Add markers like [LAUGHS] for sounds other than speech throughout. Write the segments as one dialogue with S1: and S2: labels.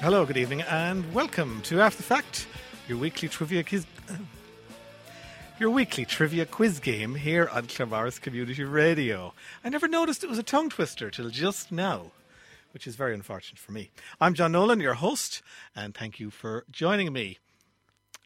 S1: Hello, good evening, and welcome to After the Fact, your weekly trivia quiz. [CLEARS THROAT] Your weekly trivia quiz game here on Clamaris Community Radio. I never noticed it was a tongue twister till just now, which is very unfortunate for me. I'm John Nolan, your host, and thank you for joining me.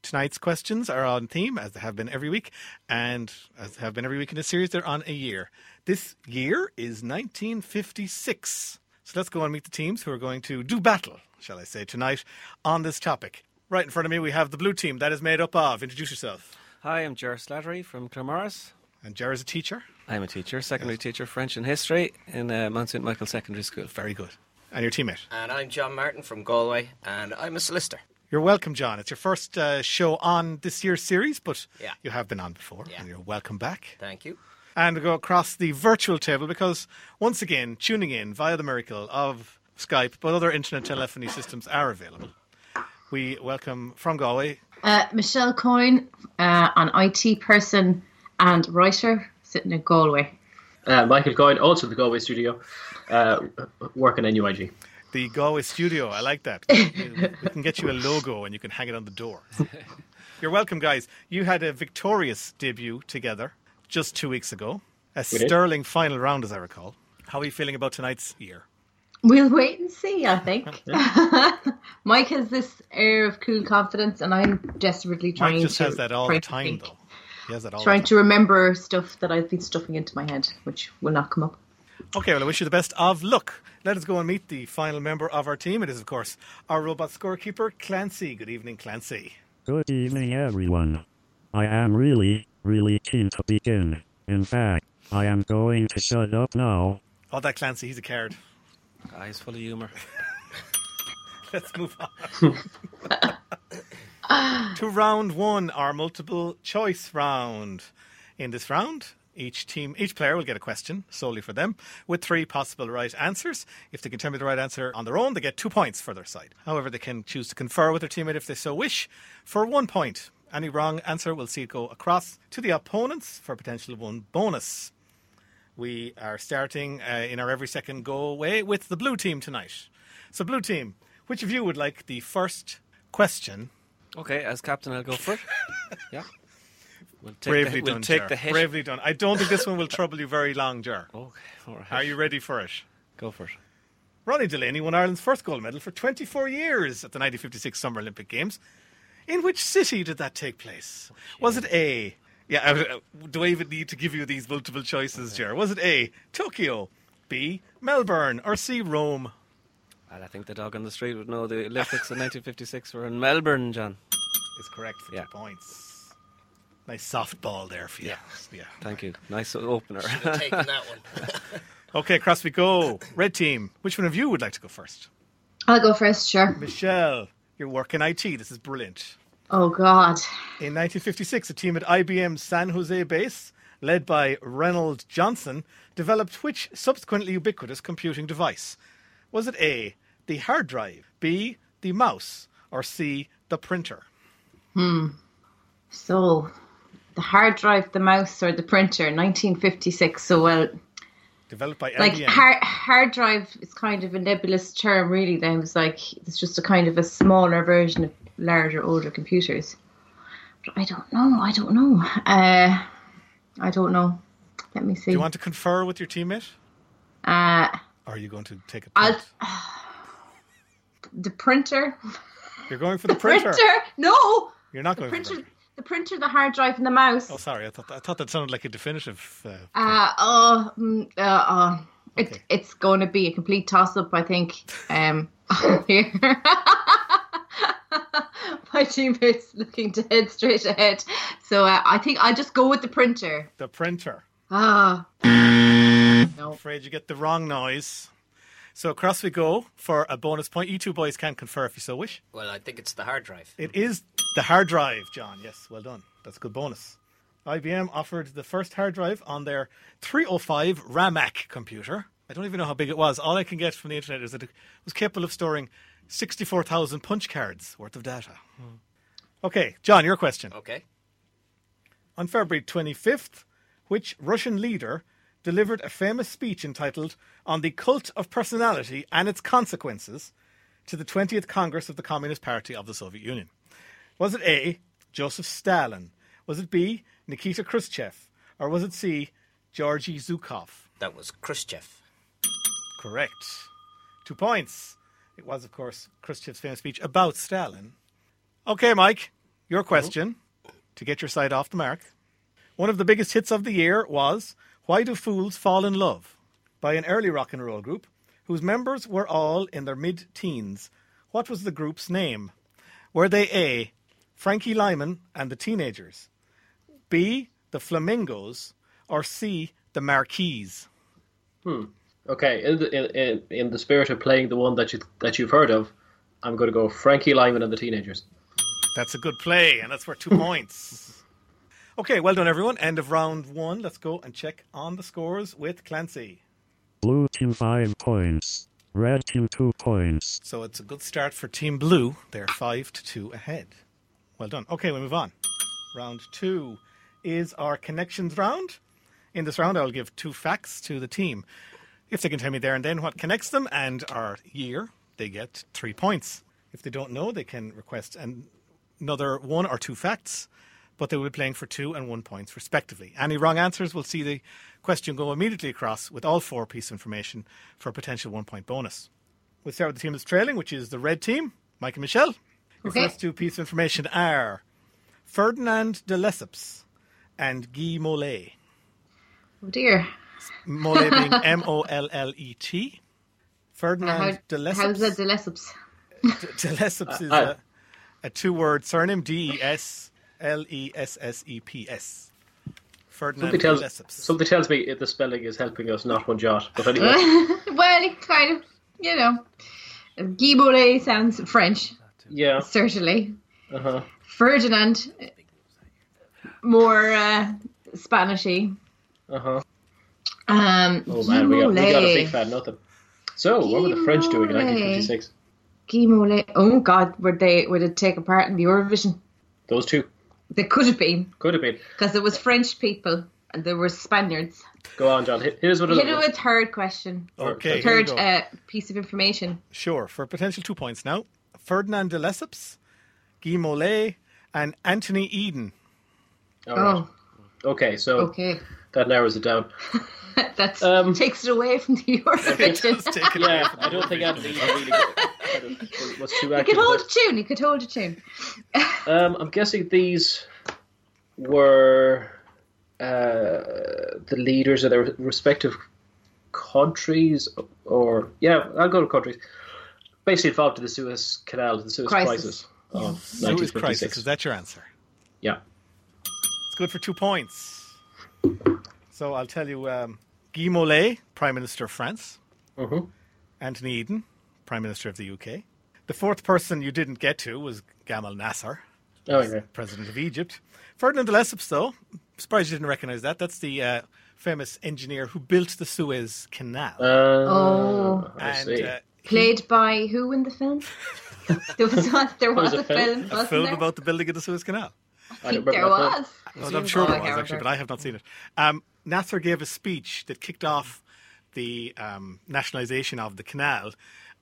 S1: Tonight's questions are on theme, as they have been every week, and as they have been every week in this series, they're on a year. This year is 1956. So let's go and meet the teams who are going to do battle, shall I say, tonight on this topic. Right in front of me, we have the blue team that is made up of. Introduce yourself.
S2: Hi, I'm Ger Slattery from Clamaris.
S1: And Jar is a teacher.
S2: I'm a teacher, secondary teacher, French and history in uh, Mount St Michael Secondary School.
S1: Very good. And your teammate.
S3: And I'm John Martin from Galway, and I'm a solicitor.
S1: You're welcome, John. It's your first uh, show on this year's series, but
S3: Yeah.
S1: you have been on before,
S3: Yeah.
S1: and you're welcome back.
S3: Thank you.
S1: and go across the virtual table because once again, tuning in via the miracle of Skype, but other internet telephony systems are available. We welcome from Galway.
S4: Uh, Michelle Coyne, uh, an IT person and writer sitting in Galway.
S5: Uh, Michael Coyne, also the Galway studio, uh, working in UIG.
S1: The Galway studio, I like that. we can get you a logo and you can hang it on the door. [LAUGHS] You're welcome, guys. You had a victorious debut together just two weeks ago. A
S5: did.
S1: sterling final round, as I recall. How are you feeling about tonight's year?
S4: We'll wait and see, I think.
S1: [LAUGHS]
S4: [LAUGHS] Mike has this air of cool confidence, and I'm desperately trying
S1: Mike just
S4: to.
S1: has that all the
S4: trying to
S1: time,
S4: think-
S1: though. He has that all the
S4: Trying
S1: time.
S4: to remember stuff that I've been stuffing into my head, which will not come up.
S1: Okay, well, I wish you the best of luck. Let us go and meet the final member of our team. It is, of course, our robot scorekeeper, Clancy. Good evening, Clancy.
S6: Good evening, everyone. I am really, really keen to begin. In fact, I am going to shut up now.
S1: Oh, that Clancy, he's a card.
S2: Eyes full
S1: [LAUGHS]
S2: of humour.
S1: Let's move on. to round one, our multiple choice round. In this round, each team, each player will get a question solely for them, with three possible right answers. If they can tell me the right answer on their own, they get two points for their side. However, they can choose to confer with their teammate if they so wish for one point. Any wrong answer will see it go across to the opponents for potential one bonus. We are starting uh, in our every second go away with the blue team tonight. So, blue team, which of you would like the first question?
S2: Okay, as captain, I'll go for
S1: [LAUGHS]
S2: it. Yeah. We'll take
S1: Bravely
S2: the, we'll
S1: done,
S2: take
S1: Ger.
S2: the hit.
S1: Bravely done. I don't think this one will trouble you very long, Jar.
S2: Okay, all right.
S1: Are you ready for it?
S2: Go for it.
S1: Ronnie Delaney won Ireland's first gold medal for 24 years at the 1956 Summer Olympic Games. In which city did that take place? Was it A? Yeah, I- I- do I even need to give you these multiple choices, Ger? Was it A, Tokyo, B, Melbourne, or C, Rome?
S2: And I think the dog on the street would know the Olympics in 1956 were in Melbourne, John.
S1: is correct for
S2: Yeah.
S1: two points. Nice softball there for you. Yeah.
S2: Thank you. Nice
S7: [LAUGHS]
S2: opener. [LAUGHS]
S3: I've taken that one.
S1: Okay, across we go. Red team, which one of you would like to go first?
S4: I'll go first, sure.
S1: Michelle, you're working IT. This is brilliant.
S4: Oh, God.
S1: In 1956, a team at IBM's San Jose base, led by Reynold Johnson, developed which subsequently ubiquitous computing device? Was it A, the hard drive, B, the mouse, or C, the printer?
S4: So, the hard drive, the mouse, or the printer, 1956. So, well,
S1: Developed by
S4: like
S1: IBM.
S4: hard, hard drive is kind of a nebulous term really then it's like it's just a kind of a smaller version of larger older computers but i don't know i don't know uh i don't know let me
S1: Do
S4: see
S1: you want to confer with your teammate?
S4: uh
S1: Or are you going to take a
S4: I'll-
S1: punt?
S4: the printer
S1: You're going
S4: [LAUGHS]
S1: for the
S4: printer,
S1: printer.
S4: no
S1: You're not
S4: the
S1: going
S4: printer
S1: for the printer.
S4: the printer the hard drive and the mouse
S1: Oh, sorry. I thought I thought that sounded like a definitive. Uh,
S4: uh oh mm, uh, uh it,
S1: Okay.
S4: it's going to be a complete toss up i think um [LAUGHS] here my teammates looking to head straight ahead so uh, i think i'll just go with the printer
S1: the printer.
S4: ah
S1: I'm afraid you get the wrong noise. So across we go for a bonus point. You two boys can confer if you so wish.
S3: Well, I think it's the hard drive.
S1: It is the hard drive, John. Yes, well done. That's a good bonus. IBM offered the first hard drive on their 305 RAMAC computer. I don't even know how big it was. All I can get from the internet is that it was capable of storing 64,000 punch cards worth of data. Okay, John, your question.
S3: Okay.
S1: On February 25th, which Russian leader delivered a famous speech entitled On the Cult of Personality and Its Consequences to the 20th Congress of the Communist Party of the Soviet Union? Was it A, Joseph Stalin? Was it B, Nikita Khrushchev? Or was it C, Georgy Zhukov?
S3: That was Khrushchev.
S1: Correct. Two points. It was, of course, Khrushchev's famous speech about Stalin. Okay, Mike, your question to get your side off the mark. One of the biggest hits of the year was Why Do Fools Fall in Love by an early rock and roll group whose members were all in their mid teens. What was the group's name? Were they A. Frankie Lyman and the Teenagers, B. The Flamingos, or C. The Marquise?
S5: Okay, in the in, in, in the spirit of playing the one that you that you've heard of, I'm going to go Frankie Lyman and the Teenagers.
S1: That's a good play, and that's worth two points. Okay, well done, everyone. End of round one. Let's go and check on the scores with Clancy.
S6: Blue team 5 points. Red team 2 points.
S1: So it's a good start for Team Blue. They're five to two ahead. Well done. Okay, we move on. Round two is our connections round. In this round, I'll give two facts to the team. If they can tell me there and then what connects them and our year, they get three points. If they don't know, they can request an- another one or two facts, but they will be playing for two and one points respectively. Any wrong answers will see the question go immediately across with all four pieces of information for a potential one point bonus. We'll start with the team that's trailing, which is the red team, Mike and Michelle. Your
S4: Okay.
S1: first two pieces of information are Ferdinand de Lesseps and Guy Mollet.
S4: Oh dear.
S1: Mollet being
S4: [LAUGHS]
S1: M O L L E T. Ferdinand de
S4: Uh, how, how's that
S1: Lesseps.
S4: de Lesseps?
S1: De Lesseps is
S5: I-
S1: a, a two word surname D E S L E S S E P S. Ferdinand
S5: Something
S1: de
S5: tells,
S1: Lesseps.
S5: something tells me if the spelling is helping us not one jot.
S4: [LAUGHS]
S5: But anyway,
S4: [LAUGHS] Well, it kind of, you know, Guy Mollet sounds French,
S5: yeah.
S4: certainly.
S5: Uh-huh.
S4: Ferdinand, more uh, Spanishy.
S5: Uh-huh.
S4: Um,
S5: Oh man, we got, we got a
S4: Guy
S5: big
S4: Mollet.
S5: fat nothing. So, what were the French doing in
S4: Guimole.
S5: 1956?
S4: Guy Mollet. Oh God, were they would it take a part in the Eurovision?
S5: Those two
S4: They could have been
S5: could have been.
S4: because it was French people and there were Spaniards.
S5: Go on, John. Hit, hit us with
S4: Hit it
S5: another.
S4: with third question,
S1: Okay. here we
S4: third
S1: go.
S4: uh, piece of information.
S1: Sure, for potential two points now. Ferdinand de Lesseps, Guy Mollet, and Anthony Eden. [LAUGHS]
S5: All right.
S4: Oh,
S5: Okay, so
S4: okay. [LAUGHS]
S5: that narrows it down.
S4: That
S5: Um,
S4: takes it away from the [LAUGHS] Eurovision.
S5: [LAUGHS]
S1: Take it away
S5: Yeah,
S1: from
S5: I don't think
S1: Eurovision.
S5: Anthony really
S4: [LAUGHS]
S5: got- was too
S4: You could
S5: active.
S4: hold a tune. You could hold a tune.
S5: Um, I'm guessing these were uh, the leaders of their respective countries, or yeah, I'll go to countries. Basically involved in the Suez Canal, the Suez
S4: Crisis.
S5: Crisis, of
S1: Who is crisis?
S5: 1956.
S1: Is that your answer?
S5: Yeah.
S1: It's good for two points. So I'll tell you um, Guy Mollet, Prime Minister of France.
S5: Mhm.
S1: Anthony Eden, Prime Minister of the UK. The fourth person you didn't get to was Gamal Nasser,
S5: Oh, yeah.
S1: President of Egypt. Ferdinand de Lesseps, though, I'm surprised you didn't recognize that. That's the uh, famous engineer who built the Suez Canal.
S5: Uh,
S4: Oh.
S5: I
S1: and
S5: see.
S1: uh,
S4: Played by who in the
S5: [LAUGHS]
S4: film? there was one, there was,
S5: was
S4: a
S5: a film?
S4: film,
S1: a
S4: wasn't
S1: film
S4: there?
S1: about the building of the Suez Canal.
S5: I
S4: I
S5: don't
S4: think
S5: remember
S4: there
S5: that film.
S4: was.
S1: Well, I'm sure
S4: Oh,
S1: there was
S4: yeah,
S1: actually,
S4: okay.
S1: but I have not seen it. Um, Nasser gave a speech that kicked off the um, nationalisation of the canal,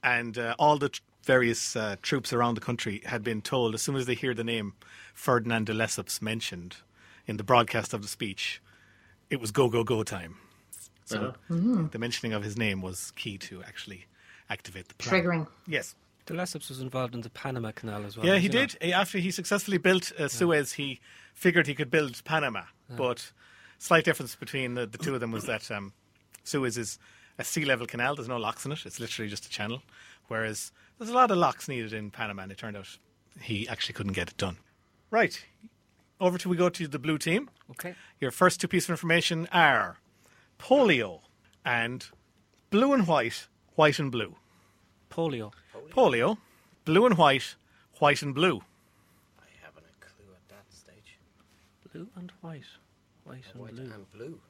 S1: and uh, all the tr- various uh, troops around the country had been told as soon as they hear the name Ferdinand de Lesseps mentioned in the broadcast of the speech, it was go go go time. So the mentioning of his name was key to actually activate the plan.
S4: Triggering.
S1: Yes.
S2: De Lesseps was involved in the Panama Canal as well.
S1: Yeah, he
S2: wasn't
S1: did. He- After he successfully built uh, Suez, he figured he could build Panama. But slight difference between the, the two of them was that um, Suez is a sea level canal. There's no locks in it. It's literally just a channel. Whereas there's a lot of locks needed in Panama, and it turned out he actually couldn't get it done. Right. Over to we go to the blue team.
S2: Okay.
S1: Your first two pieces of information are polio and blue and white white and blue.
S2: Polio.
S1: Polio, blue and white, white and blue.
S3: I haven't a clue at that stage.
S2: Blue and white. White and
S3: White
S2: blue.
S3: and blue.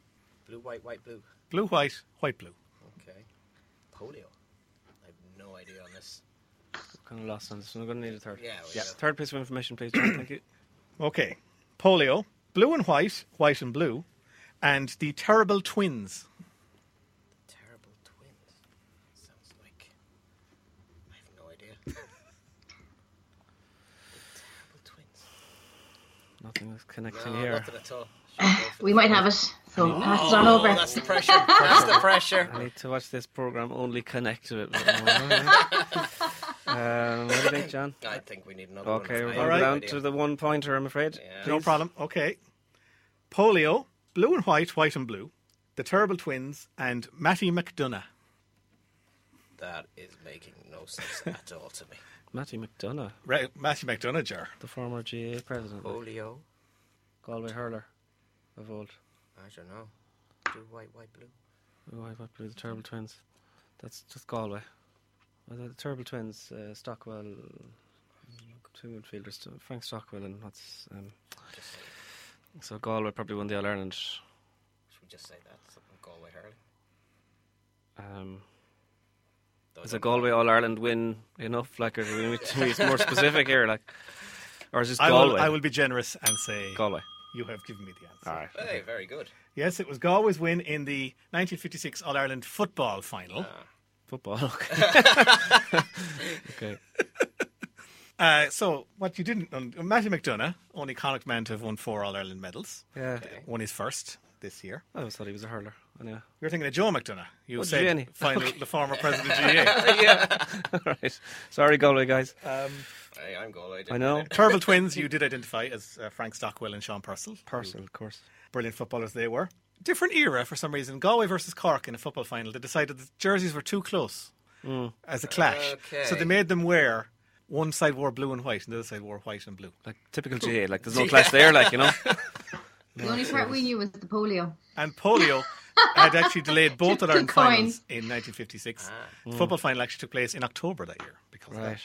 S3: Blue, white, white, blue.
S1: Blue, white, white, blue.
S3: Okay. Polio. I have no idea on this.
S2: Kind of lost on this one. I'm going to need a third.
S3: Yeah, we
S2: yeah.
S3: got-
S2: Third piece of information, please. John. Thank you.
S1: Okay. Polio, blue and white, white and blue, and the terrible twins.
S3: Terrible twins. Sounds like. I have no idea. [LAUGHS] the terrible twins.
S2: Nothing is connecting
S3: No,
S2: here.
S3: nothing at all.
S4: We might have it, so pass it on over.
S3: Oh, that's the pressure. That's the
S2: [LAUGHS]
S3: pressure.
S2: I need to watch this program only connect to it. um, what do you think,
S3: [LAUGHS]
S2: John?
S3: I think we need another
S2: Okay,
S3: one. I
S2: we're
S3: have
S1: right.
S3: no
S2: down
S3: idea.
S2: to the one pointer, I'm afraid.
S3: Yeah.
S1: No
S2: Please.
S1: problem. Okay. Polio, blue and white, white and blue, the terrible twins, and Matty McDonough.
S3: That is making no
S2: [LAUGHS]
S3: sense at all to me.
S2: Matty McDonough,
S1: Right, Matty McDonough, jar.
S2: the former GA president,
S3: Polio.
S2: Galway hurler of old.
S3: I don't know. Blue, white, white, blue.
S2: Oh, I might be the Terrible Twins. That's just Galway. Well, the Terrible Twins, uh, Stockwell, two midfielders, t- Frank Stockwell, and what's. Um,
S3: Just say,
S2: so Galway probably won the All Ireland.
S3: should we just say that? Something Galway Hurling.
S2: Um,
S3: Though I
S2: is a
S3: don't know.
S2: Galway All Ireland win enough? Like, or do we [LAUGHS] need to be more specific here? Like, or is this
S1: I will,
S2: Galway?
S1: I will be generous and say
S2: Galway.
S1: you have given me the answer.
S2: All right.
S3: Hey, very good.
S1: Yes, it was Galway's win in the 1956 All Ireland football final.
S2: Football.
S3: [LAUGHS]
S2: [LAUGHS] Okay. okay.
S1: Uh, so, what you didn't, um, Matty McDonough, only Connacht man to have won four All Ireland medals,
S2: Yeah.
S1: won his first this year.
S2: I always thought he was a hurler.
S3: [LAUGHS]
S2: Anyway.
S1: You're thinking of Joe McDonough. You
S2: What,
S1: said
S2: Jenny?
S1: final, the former president of
S2: [LAUGHS]
S1: GA.
S2: All right. Sorry, Galway guys.
S3: Uh, Hey, I'm Galway.
S2: I know.
S1: Turble twins, you did identify as uh, Frank Stockwell and Sean Purcell.
S2: Parcel, of course.
S1: Brilliant footballers they were. Different era for some reason. Galway versus Cork in a football final. They decided the jerseys were too close
S2: Mm.
S1: as a clash.
S3: Okay.
S1: So they made them wear one side wore blue and white and the other side wore white and blue.
S2: Like typical GA. Like there's no clash there. Like
S3: [LAUGHS]
S2: you know.
S4: The only part we knew was the polio.
S1: And polio [LAUGHS] had actually
S2: [LAUGHS]
S1: delayed both of
S4: Two
S1: their finals
S4: coins.
S1: in 1956. The football final actually took place in October that year. Because of that.
S2: Right.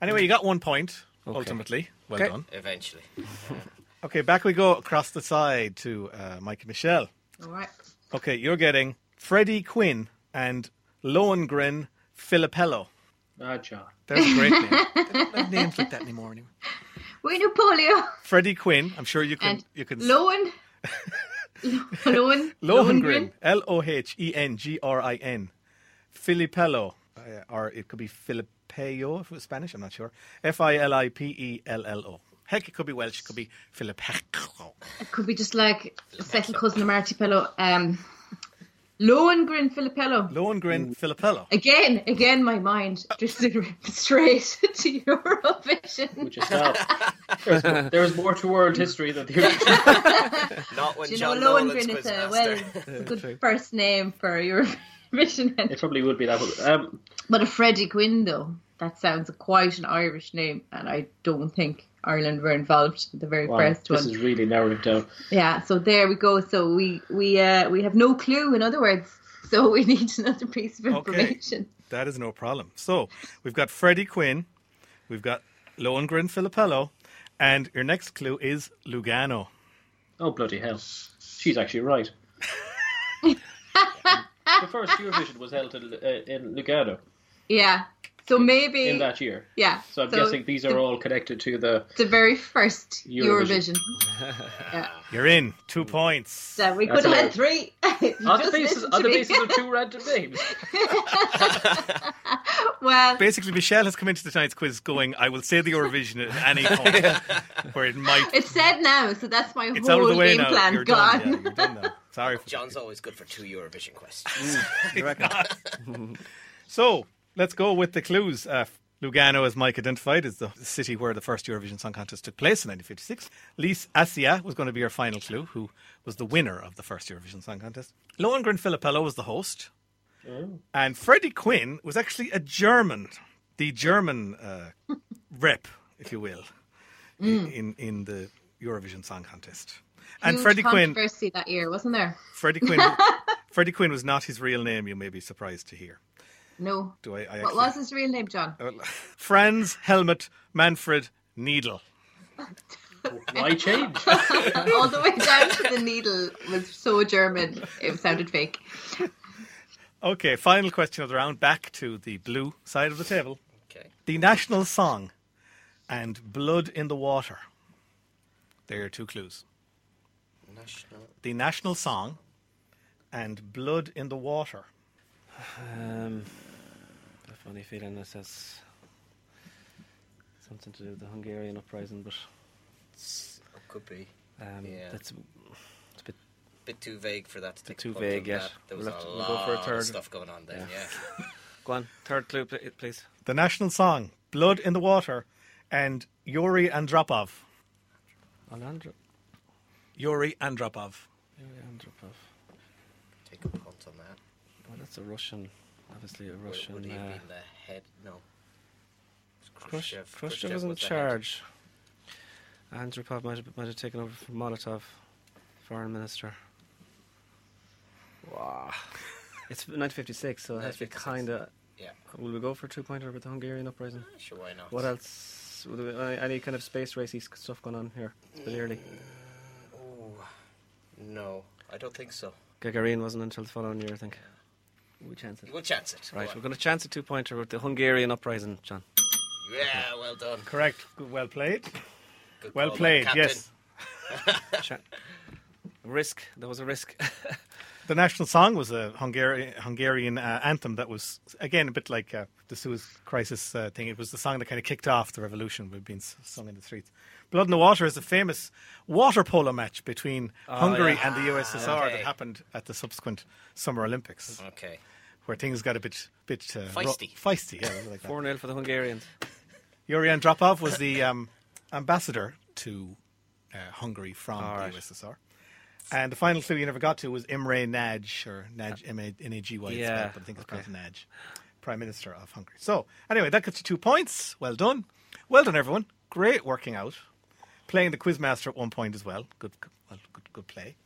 S1: Anyway, you got one point ultimately. Well
S2: Okay.
S1: done.
S3: Eventually.
S1: Okay, back we go across the side to uh, Mike and Michelle.
S4: All right.
S1: Okay, you're getting Freddie Quinn and Lohengrin Filippello.
S5: Ah, John.
S1: That's a great name. They don't have names like that anymore. anyway.
S4: We knew polio
S1: Freddie Quinn. I'm sure you can.
S4: and
S1: you can. [LAUGHS]
S4: Lowen. Lowen.
S1: Lohengrin. L O H E N G R I N. Filippello, uh, or it could be Filipeo if it was Spanish. I'm not sure. F I L I P E L L O. Heck, it could be Welsh. It could be Filipello.
S4: It could be just like a second cousin of Martipello. Um, Lohengrin Filippello.
S1: Lohengrin Filippello.
S4: Again, again, my mind drifted [LAUGHS] straight to Eurovision.
S5: Which
S1: [LAUGHS]
S5: is now. There's more, there's more to world history than the original.
S3: Not when
S4: Do you know,
S3: John Nolan's
S4: Lohengrin is a well,
S3: quizmaster.
S4: it's a good first name for Eurovision.
S5: It probably would be that. But, um,
S4: But a Freddie Quinn, though, that sounds quite an Irish name, and I don't think Ireland were involved in the very
S5: wow,
S4: first
S5: this
S4: one.
S5: is really narrowing it down.
S4: Yeah, so there we go. So we we uh, we have no clue. In other words, so [LAUGHS] we need another piece of information.
S1: That is no problem. So we've got Freddie Quinn, we've got Lohengrin Filippello, and your next clue is Lugano.
S5: Oh, bloody hell. She's actually right. the first Eurovision was held in, uh, in Lugano
S4: Yeah. So maybe
S5: in that year.
S4: yeah.
S5: So I'm guessing these are all connected to the.
S4: the very first
S5: Eurovision.
S4: Eurovision.
S1: You're in two points.
S4: So we
S5: That's
S4: could have had
S5: all.
S4: three. [LAUGHS] If you
S5: On the
S4: just
S5: basis,
S4: listened
S5: on
S4: to
S5: the
S4: me.
S5: basis of two random
S4: [LAUGHS]
S5: names.
S4: well,
S1: Basically, Michelle has come into tonight's quiz going, I will say the Eurovision at any
S4: [LAUGHS]
S1: point where it might.
S4: it's said now, so that's my
S1: It's out
S4: whole
S1: of the way
S4: game
S1: now.
S4: plan
S1: You're
S4: gone.
S1: done. Yeah,
S4: [LAUGHS]
S1: you're done now. Sorry.
S3: [LAUGHS]
S1: For
S3: John's always good for two Eurovision
S2: Mm.
S3: questions.
S1: So let's go with the clues. Uh, Lugano, as Mike identified, is the city where the first Eurovision Song Contest took place in 1956. Lise Assia was going to be our final clue, who was the winner of the first Eurovision Song Contest. Lohengrin Filippello was the host.
S4: Oh.
S1: And Freddie Quinn was actually a German, the German
S4: [LAUGHS]
S1: uh, rep, if you will, i- in, in the Eurovision Song Contest. And
S4: Mm. Huge
S1: Freddie Quinn
S4: controversy that year, wasn't there? [LAUGHS]
S1: Freddie Quinn. Freddie Quinn was not his real name. You may be surprised to hear.
S4: No.
S1: Do I? I
S4: What
S1: actually- Oh.
S4: was his real name, John?
S1: Franz Helmet Manfred Needle.
S5: Why change?
S4: [LAUGHS] All the way down to the needle was so German, it sounded fake.
S1: Okay, final question of the round. Back to the blue side of the table.
S3: Okay.
S1: The national song and Blood in the Water. There are your two clues.
S3: National.
S1: The national song and Blood in the Water.
S2: Um, a funny feeling this has something to do with the Hungarian uprising, but
S3: s- It could be
S2: um,
S3: Yeah.
S2: that's it's a bit
S3: a bit too vague for that to take. a
S2: too
S3: punt on
S2: vague yet.
S3: that. There was
S2: We'll have
S3: a
S2: to- we'll go
S3: lot
S2: for a
S3: of
S2: third.
S3: stuff going on then. Yeah.
S2: Go on, third clue, pl- please.
S1: The national song, Blood in the Water, and Yuri Andropov.
S2: Alejandro.
S1: Yuri Andropov.
S2: Andropov.
S3: take a punt on that.
S2: Well, that's a Russian, obviously a
S3: Would-
S2: Russian.
S3: Would he have
S2: uh,
S3: been the head? No. It's
S2: Khrush- Khrushchev, was in
S3: the head.
S2: charge. Andropov might have, might have taken over from Molotov, foreign minister. Wow. [LAUGHS] It's 1956, so it has to be
S3: 1956.
S2: kind of.
S3: Yeah.
S2: Will we go for two pointer with the Hungarian uprising?
S3: Sure, why not?
S2: What else? Would there be any- Any kind of space racy sc- stuff going on here? It's a bit
S3: Mm.
S2: early.
S3: Ooh, no, I don't think so.
S2: Gagarin wasn't until the following year, I think. We chance it.
S3: We'll chance it. Go
S2: Right,
S3: on.
S2: we're going to chance a two pointer with the Hungarian uprising, John.
S3: Yeah, well done.
S1: Correct. Well played.
S3: Good
S1: Well
S3: call there,
S1: played,
S3: Captain.
S1: yes.
S2: Cha- risk. There was a risk. [LAUGHS]
S1: The national song was a Hungarian, Hungarian uh, anthem that was, again, a bit like uh, the Suez Crisis uh, thing. It was the song that kind of kicked off the revolution with being s- sung in the streets. Blood in the Water is a famous water polo match between Hungary
S2: yeah.
S1: and the USSR
S3: Oh, Ah, okay.
S1: that happened at the subsequent Summer Olympics,
S3: Okay.
S1: where things got a bit bit uh, ro-
S3: Feisty.
S1: feisty, yeah, like that.
S2: 4 0 for the Hungarians.
S1: Yuri Andropov was the um, ambassador to uh, Hungary from the
S2: right.
S1: USSR. And the final clue you never got to was Imre Nagy, or Nagy, M-A-N-A-G-Y, it's
S2: Yeah,
S1: spelled, but I think it's
S2: okay.
S1: pronounced Nagy, Prime Minister of Hungary. So, anyway, that gets you two points. Well done. Well done, everyone. Great working out. Playing the Quizmaster at one point as well. Good, well, good, good play.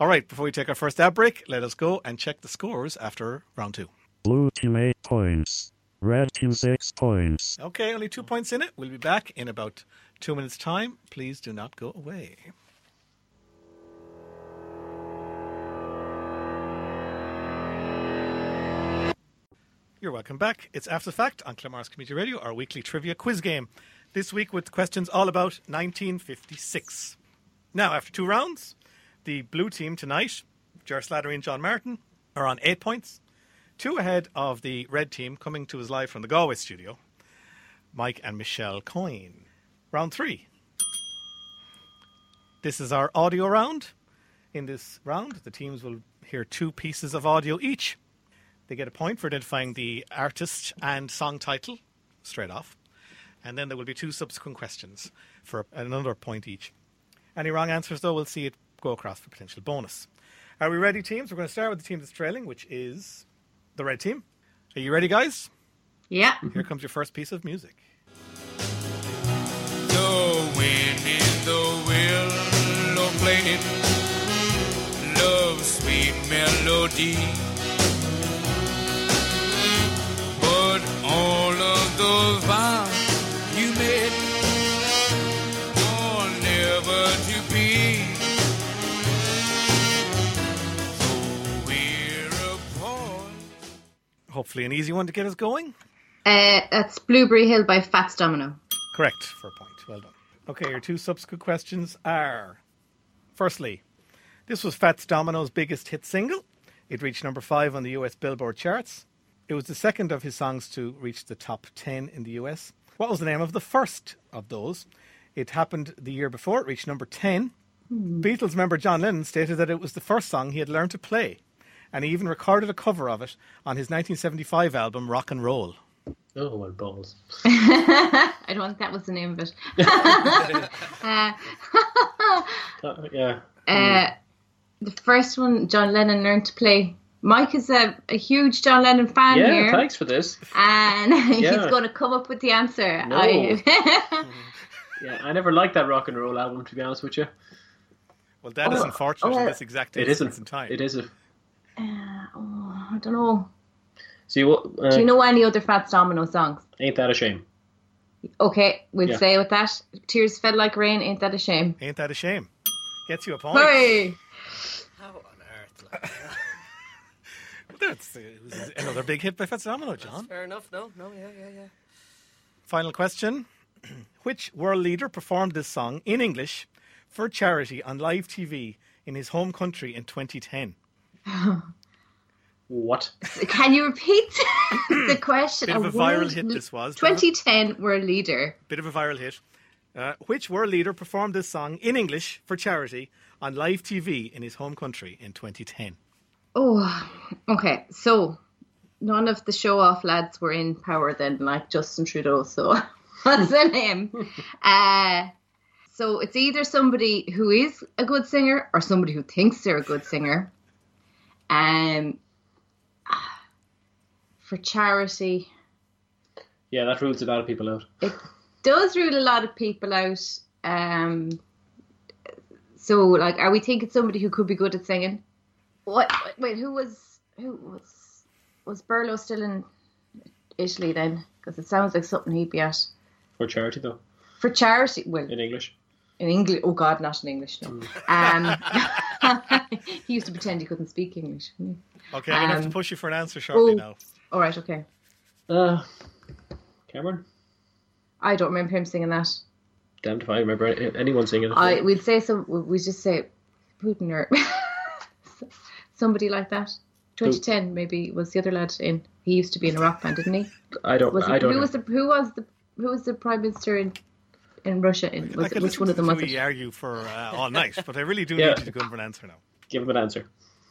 S1: All right, before we take our first ad break, let us go and check the scores after round two.
S6: Blue team 8 points. Red team 6 points.
S1: Okay, only two points in it. We'll be back in about two minutes' time. Please do not go away. You're welcome back. It's After the Fact on Clamars Community Radio, our weekly trivia quiz game. This week with questions all about 1956. Now, after two rounds, the blue team tonight, Ger Slattery and John Martin, are on eight points, two ahead of the red team coming to us live from the Galway studio, Mike and Michelle Coyne. Round three. This is our audio round. In this round, the teams will hear two pieces of audio each. They get a point for identifying the artist and song title straight off. And then there will be two subsequent questions for another point each. Any wrong answers, though, we'll see it go across for potential bonus. Are we ready, teams? We're going to start with the team that's trailing, which is the red team. Are you ready, guys?
S4: Yeah.
S1: Here comes your first piece of music.
S8: The wind in the willow blade, love's sweet melody. But all of those vows you made are never to be. So we're apart.
S1: Hopefully, an easy one to get us going.
S4: Uh, that's Blueberry Hill by Fats Domino.
S1: Correct for a point. Well done. Okay, your two subsequent questions are firstly, this was Fats Domino's biggest hit single. It reached number five on the US Billboard charts. It was the second of his songs to reach the top 10 in the US. What was the name of the first of those? It happened the year before, it reached number 10. Beatles member John Lennon stated that it was the first song he had learned to play, and he even recorded a cover of it on his 1975 album Rock and Roll.
S5: Oh, well, balls.
S4: [LAUGHS] I don't think that was the name
S5: [LAUGHS]
S4: of it.
S5: Uh, yeah.
S4: [LAUGHS] Uh, the first one John Lennon learned to play. Mike is a, a huge John Lennon fan
S5: Yeah,
S4: here,
S5: thanks for this.
S4: and [LAUGHS] he's
S5: Yeah.
S4: going to come up with the answer.
S5: No.
S4: [LAUGHS]
S5: Yeah, I never liked that rock and roll album, to be honest with you.
S1: Well, that is
S4: Oh,
S1: unfortunate
S4: oh,
S1: in this exact
S5: It
S1: instance
S5: isn't.
S1: in time.
S5: It is a.
S4: Uh, oh, I don't know.
S5: See what? Uh,
S4: Do you know any other Fats Domino songs?
S5: ain't that a shame?
S4: Okay, we'll
S5: Yeah.
S4: say with that. Tears fell like rain. Ain't that a shame?
S1: Ain't that a shame? Gets you a point.
S4: Hey,
S3: How on earth? Like,
S1: That's uh, it was another big hit by Fats Domino, John.
S3: fair enough. No, no, yeah, yeah, yeah.
S1: Final question. [CLEARS THROAT] Which world leader performed this song in English for charity on live TV in his home country in 2010?
S5: What?
S4: can you repeat [LAUGHS] the question?
S1: Bit of a viral hit this was. Uh-huh.
S4: 2010 world leader.
S1: Bit of a viral hit. Uh, which world leader performed this song in English for charity on live TV in his home country in 2010?
S4: Oh, okay. So none of the show-off lads were in power then, like Justin Trudeau. So [LAUGHS] that's the name. Uh, so it's either somebody who is a good singer or somebody who thinks they're a good singer. Um, [SIGHS] for charity,
S5: Yeah, that rules a lot of people out.
S4: it does rule a lot of people out. Um, so, like, are we thinking somebody who could be good at singing? What? Wait, who was who was was Burlow still in Italy then? Because it sounds like something he'd be at
S5: For charity, though,
S4: for charity. Well,
S5: in English.
S4: in English. Oh God, not in English. No. Um, [LAUGHS] he used to pretend he couldn't speak English. didn't he?
S1: Okay, I'm going to have to
S4: Um,
S1: push you for an answer shortly
S4: oh.
S1: now.
S4: All right, okay.
S5: Uh, Cameron?
S4: I don't remember him singing that.
S5: Damned if I remember any- anyone singing it.
S4: I we'd say some. We just say Putin or [LAUGHS] somebody like that. 2010 maybe was the other lad in. He used to be in a rock band, didn't he?
S5: I don't.
S4: Was it,
S5: I don't.
S4: who
S5: know.
S4: was the who was the who was the prime minister in in Russia? In was
S1: I
S4: it,
S1: could
S4: which one of them was
S1: We
S4: it?
S1: argue for uh, all night, but I really
S4: [LAUGHS]
S1: do
S5: Yeah.
S1: need you to go in for an answer now.
S5: Give him an answer.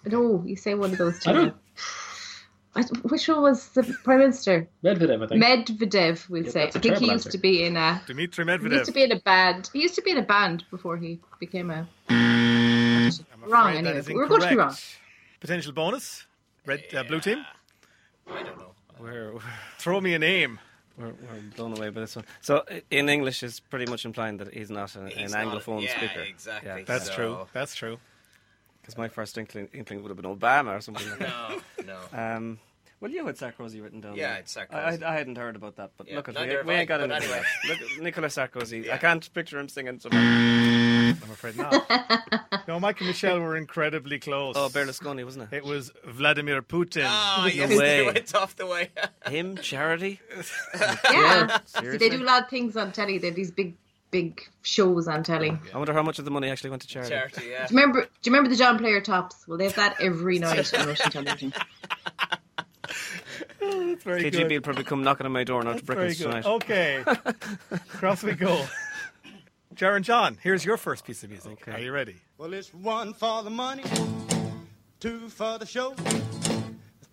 S4: No, you say one of those two.
S5: I don't.
S4: I- which one was the prime minister?
S5: Medvedev, I think.
S4: Medvedev, we'll
S5: Yeah,
S4: say. I
S5: that's a
S4: think he
S5: terrible
S4: used
S5: answer.
S4: to be in a.
S1: Dmitry
S4: He
S1: Medvedev.
S4: used to be in a band. He used to be in a band before he became a.
S5: Mm.
S1: I'm
S4: wrong
S1: afraid that
S4: anyway,
S1: is
S4: but we're going to be wrong.
S1: incorrect. Potential bonus, red uh, blue team.
S3: I don't know.
S2: We're, we're
S1: Throw me a name.
S2: We're, we're blown away by this one. So i- in English, it's pretty much implying that he's not an,
S3: He's
S2: an
S3: not-
S2: anglophone
S3: yeah,
S2: speaker.
S3: exactly.
S1: That's
S3: So-
S1: true. That's true.
S2: Because my first inkling, inkling would have been Obama or something like [LAUGHS] that.
S3: No, no.
S2: Um, well, you had Sarkozy written down.
S3: Yeah,
S2: there.
S3: it's
S2: I,
S3: Sarkozy.
S2: I, I hadn't heard about that, but
S3: Yeah,
S2: look, at
S3: neither
S2: we,
S3: have
S2: we
S3: I,
S2: ain't got
S3: but
S2: it
S3: anyway.
S2: Look, at Nicolas Sarkozy.
S3: Yeah.
S2: I can't picture him singing [LAUGHS] something.
S1: I'm afraid not.
S4: [LAUGHS]
S1: no, Mike and Michelle were incredibly close.
S2: Oh, Berlusconi, wasn't it?
S1: It was Vladimir Putin.
S3: Oh, [LAUGHS] yes,
S2: way.
S3: they went off the way. [LAUGHS]
S2: Him, charity.
S4: Yeah.
S2: Seriously?
S4: They do a lot of things on telly. They're these big, big shows on telly. Do
S2: I wonder how much of the money actually went to charity.
S3: Charity, yeah.
S4: you remember? Do you remember the John Player tops? Well, they have that every night on Russian television.
S1: That's very
S2: KGB will probably come knocking on my door and out to
S1: Very
S2: Britain's
S1: good.
S2: tonight.
S3: [LAUGHS]
S1: Okay. Cross we go. Jaron John, here's your first piece of music. Are you ready?
S9: Well, it's one for the money, two for the show,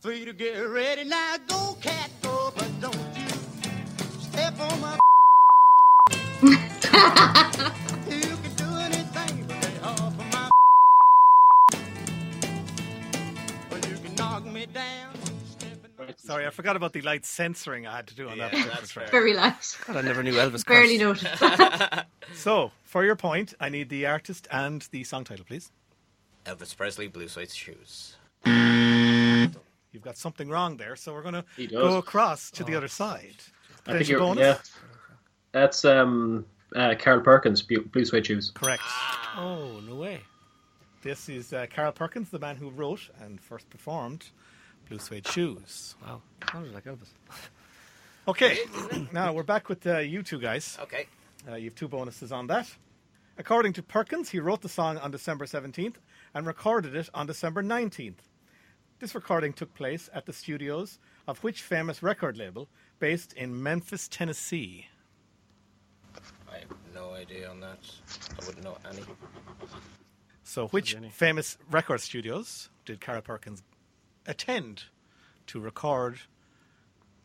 S9: three to get ready. Now go, cat, go, but don't you step on my. you can do anything, but lay off of my. Well, you can knock me down. step in my-
S1: Sorry, I forgot about the light censoring I had to do on that
S3: Yeah,
S1: particular
S3: that's
S1: track.
S3: fair.
S4: Very light.
S2: God, I never knew Elvis.
S4: Barely
S2: cursed.
S4: noticed.
S5: [LAUGHS]
S1: So, for your point, I need the artist and the song title, please.
S3: Elvis Presley, Blue Suede Shoes.
S1: You've got something wrong there, so we're going to
S5: He does. Oh.
S1: go across to the other side.
S5: I think
S1: Potential
S5: you're.
S1: bonus?
S5: Yeah. That's um, uh, Carol Perkins, Bu- Blue Suede Shoes.
S1: Correct.
S2: Oh no way.
S1: This is uh, Carol Perkins, the man who wrote and first performed Blue Suede Shoes.
S2: Wow, sounded like Elvis.
S5: [COUGHS]
S1: Okay, now we're back with uh, you two guys.
S3: Okay.
S1: Uh, you have two bonuses on that. According to Perkins, he wrote the song on December 17th and recorded it on December 19th. This recording took place at the studios of which famous record label based in Memphis, Tennessee?
S3: I have no idea on that. I wouldn't know any.
S1: So, which famous record studios did Carol Perkins attend to record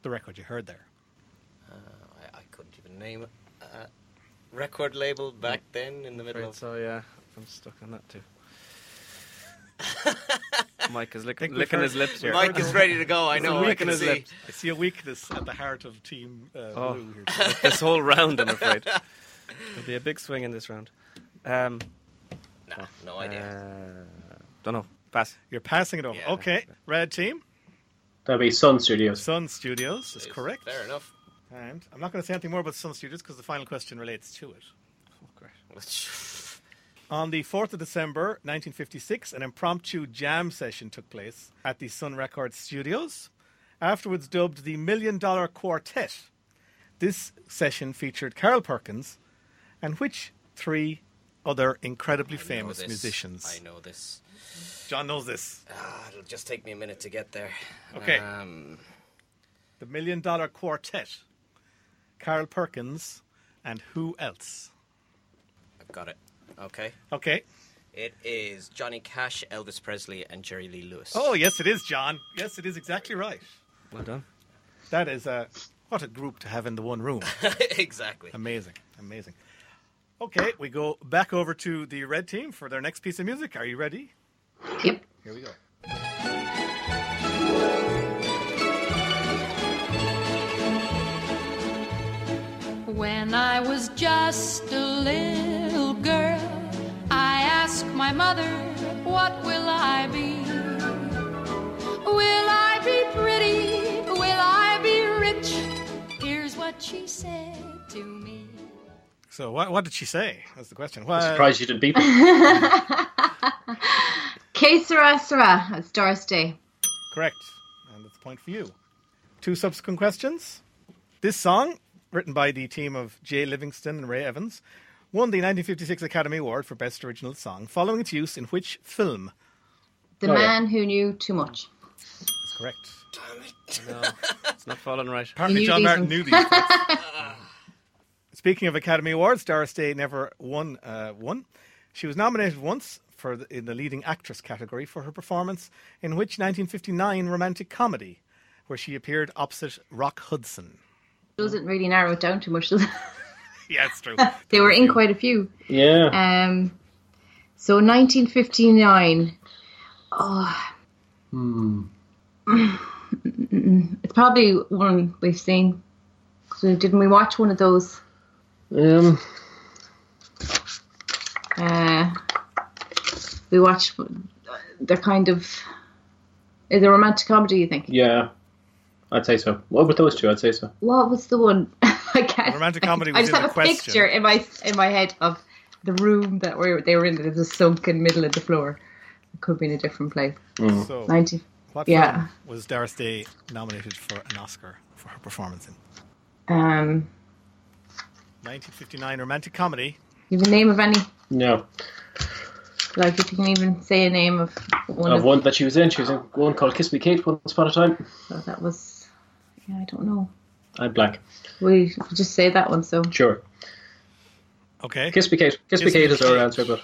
S1: the record you heard there?
S3: I, I couldn't even name a record label back then in the middle
S2: Right,
S3: of.
S2: so yeah, I'm stuck
S3: [LAUGHS]
S2: on that too. Mike is lick-
S1: Think we've
S2: licking
S1: heard-
S2: his lips here.
S3: Mike is ready to go. I know. I
S2: Licking
S3: can
S2: his
S3: see.
S2: lips.
S1: I see a weakness at the heart of Team uh,
S2: Oh.
S1: Blue here. today.
S2: [LAUGHS] this whole round,
S3: [LAUGHS]
S2: I'm afraid. There'll be a big swing in this round. Um, uh,
S3: Nah,
S1: Uh,
S3: no idea.
S2: don't know. Pass.
S1: You're passing it over.
S3: [LAUGHS] Yeah.
S1: Okay, red team.
S5: That'd be Sun Studios.
S1: Sun Studios is
S3: It's
S1: correct.
S3: Fair enough.
S1: And I'm not going to say anything more about Sun Studios because the final question relates to it. On the 4th of December 1956, an impromptu jam session took place at the Sun Records studios, afterwards dubbed the Million Dollar Quartet. This session featured Carol Perkins and which three other incredibly
S3: I know
S1: famous
S3: this.
S1: musicians?
S3: I know this.
S1: John knows this.
S3: Ah, it'll just take me a minute to get there.
S1: Okay.
S3: Um,
S1: The Million Dollar Quartet. Carol Perkins and who else?
S3: I've got it. Okay.
S1: Okay.
S3: It is Johnny Cash, Elvis Presley, and Jerry Lee Lewis.
S1: Oh, yes, it is, John. Yes, it is exactly right.
S2: Well done.
S1: That is a what a group to have in the one room.
S3: [LAUGHS] exactly.
S1: amazing, amazing. Okay, we go back over to the red team for their next piece of music. Are you ready?
S4: Yep.
S1: Here we go.
S10: When I was just a little girl, I asked my mother, What will I be? Will I be pretty? Will I be rich? Here's what she said to me.
S1: So, what, what did she say? That's the question. What,
S5: I'm surprised you didn't beat them.
S4: [LAUGHS] Que sera sera. It's Doris Day.
S1: Correct. And that's a point for you. Two subsequent questions. This song, written by the team of Jay Livingston and Ray Evans, won the 1956 Academy Award for Best Original Song following its use in which film?
S4: The
S5: Oh, yeah.
S4: man who knew too much.
S1: That's correct.
S2: No, it's not falling right.
S1: Apparently,
S4: He knew
S1: John
S4: these
S1: Martin
S4: ones.
S1: knew these. things. [LAUGHS] Speaking of Academy Awards, Doris Day never won uh, one. She was nominated once for the, in the leading actress category for her performance in which 1959 romantic comedy, where she appeared opposite Rock Hudson.
S4: Doesn't really narrow it down too much. [LAUGHS] does it?
S1: Yeah, it's true.
S4: they were in quite a few.
S5: Yeah.
S4: Um, so 1959. Oh. Hmm. [CLEARS THROAT] It's probably one we've seen. 'Cause we- Didn't we watch one of those?
S5: Um,
S4: Uh, we watched. They're kind of. Is a romantic comedy? You think?
S5: yeah. I'd say so. What about those two? I'd say so.
S4: What was the one? [LAUGHS] I can't.
S1: Romantic comedy
S4: I
S1: was
S4: just
S1: in
S4: have
S1: the
S4: a
S1: question.
S4: picture in my in my head of the room that were they were in. It was a sunken middle of the floor. It could be in a different place.
S1: [LAUGHS]
S4: [LAUGHS]
S1: So,
S4: Ninety.
S1: what
S4: yeah.
S1: film was Doris Day nominated for an Oscar for her performance in?
S4: Um,
S1: 1959 romantic comedy.
S4: you have a name of any?
S5: No.
S4: Like if you can even say a name of one
S5: Of
S4: of,
S5: Uh, one that she was in, she was in one called Kiss Me Kate Once Upon a Time.
S4: so that was. Yeah, I don't know.
S5: I'm blank.
S4: We we just say that one. So [LAUGHS]
S5: Sure.
S1: Okay.
S5: Kiss Me Kate. Kiss, Me
S1: Kiss
S5: Kate
S1: Me
S5: is our
S1: Kate.
S5: answer,
S4: [LAUGHS]
S5: but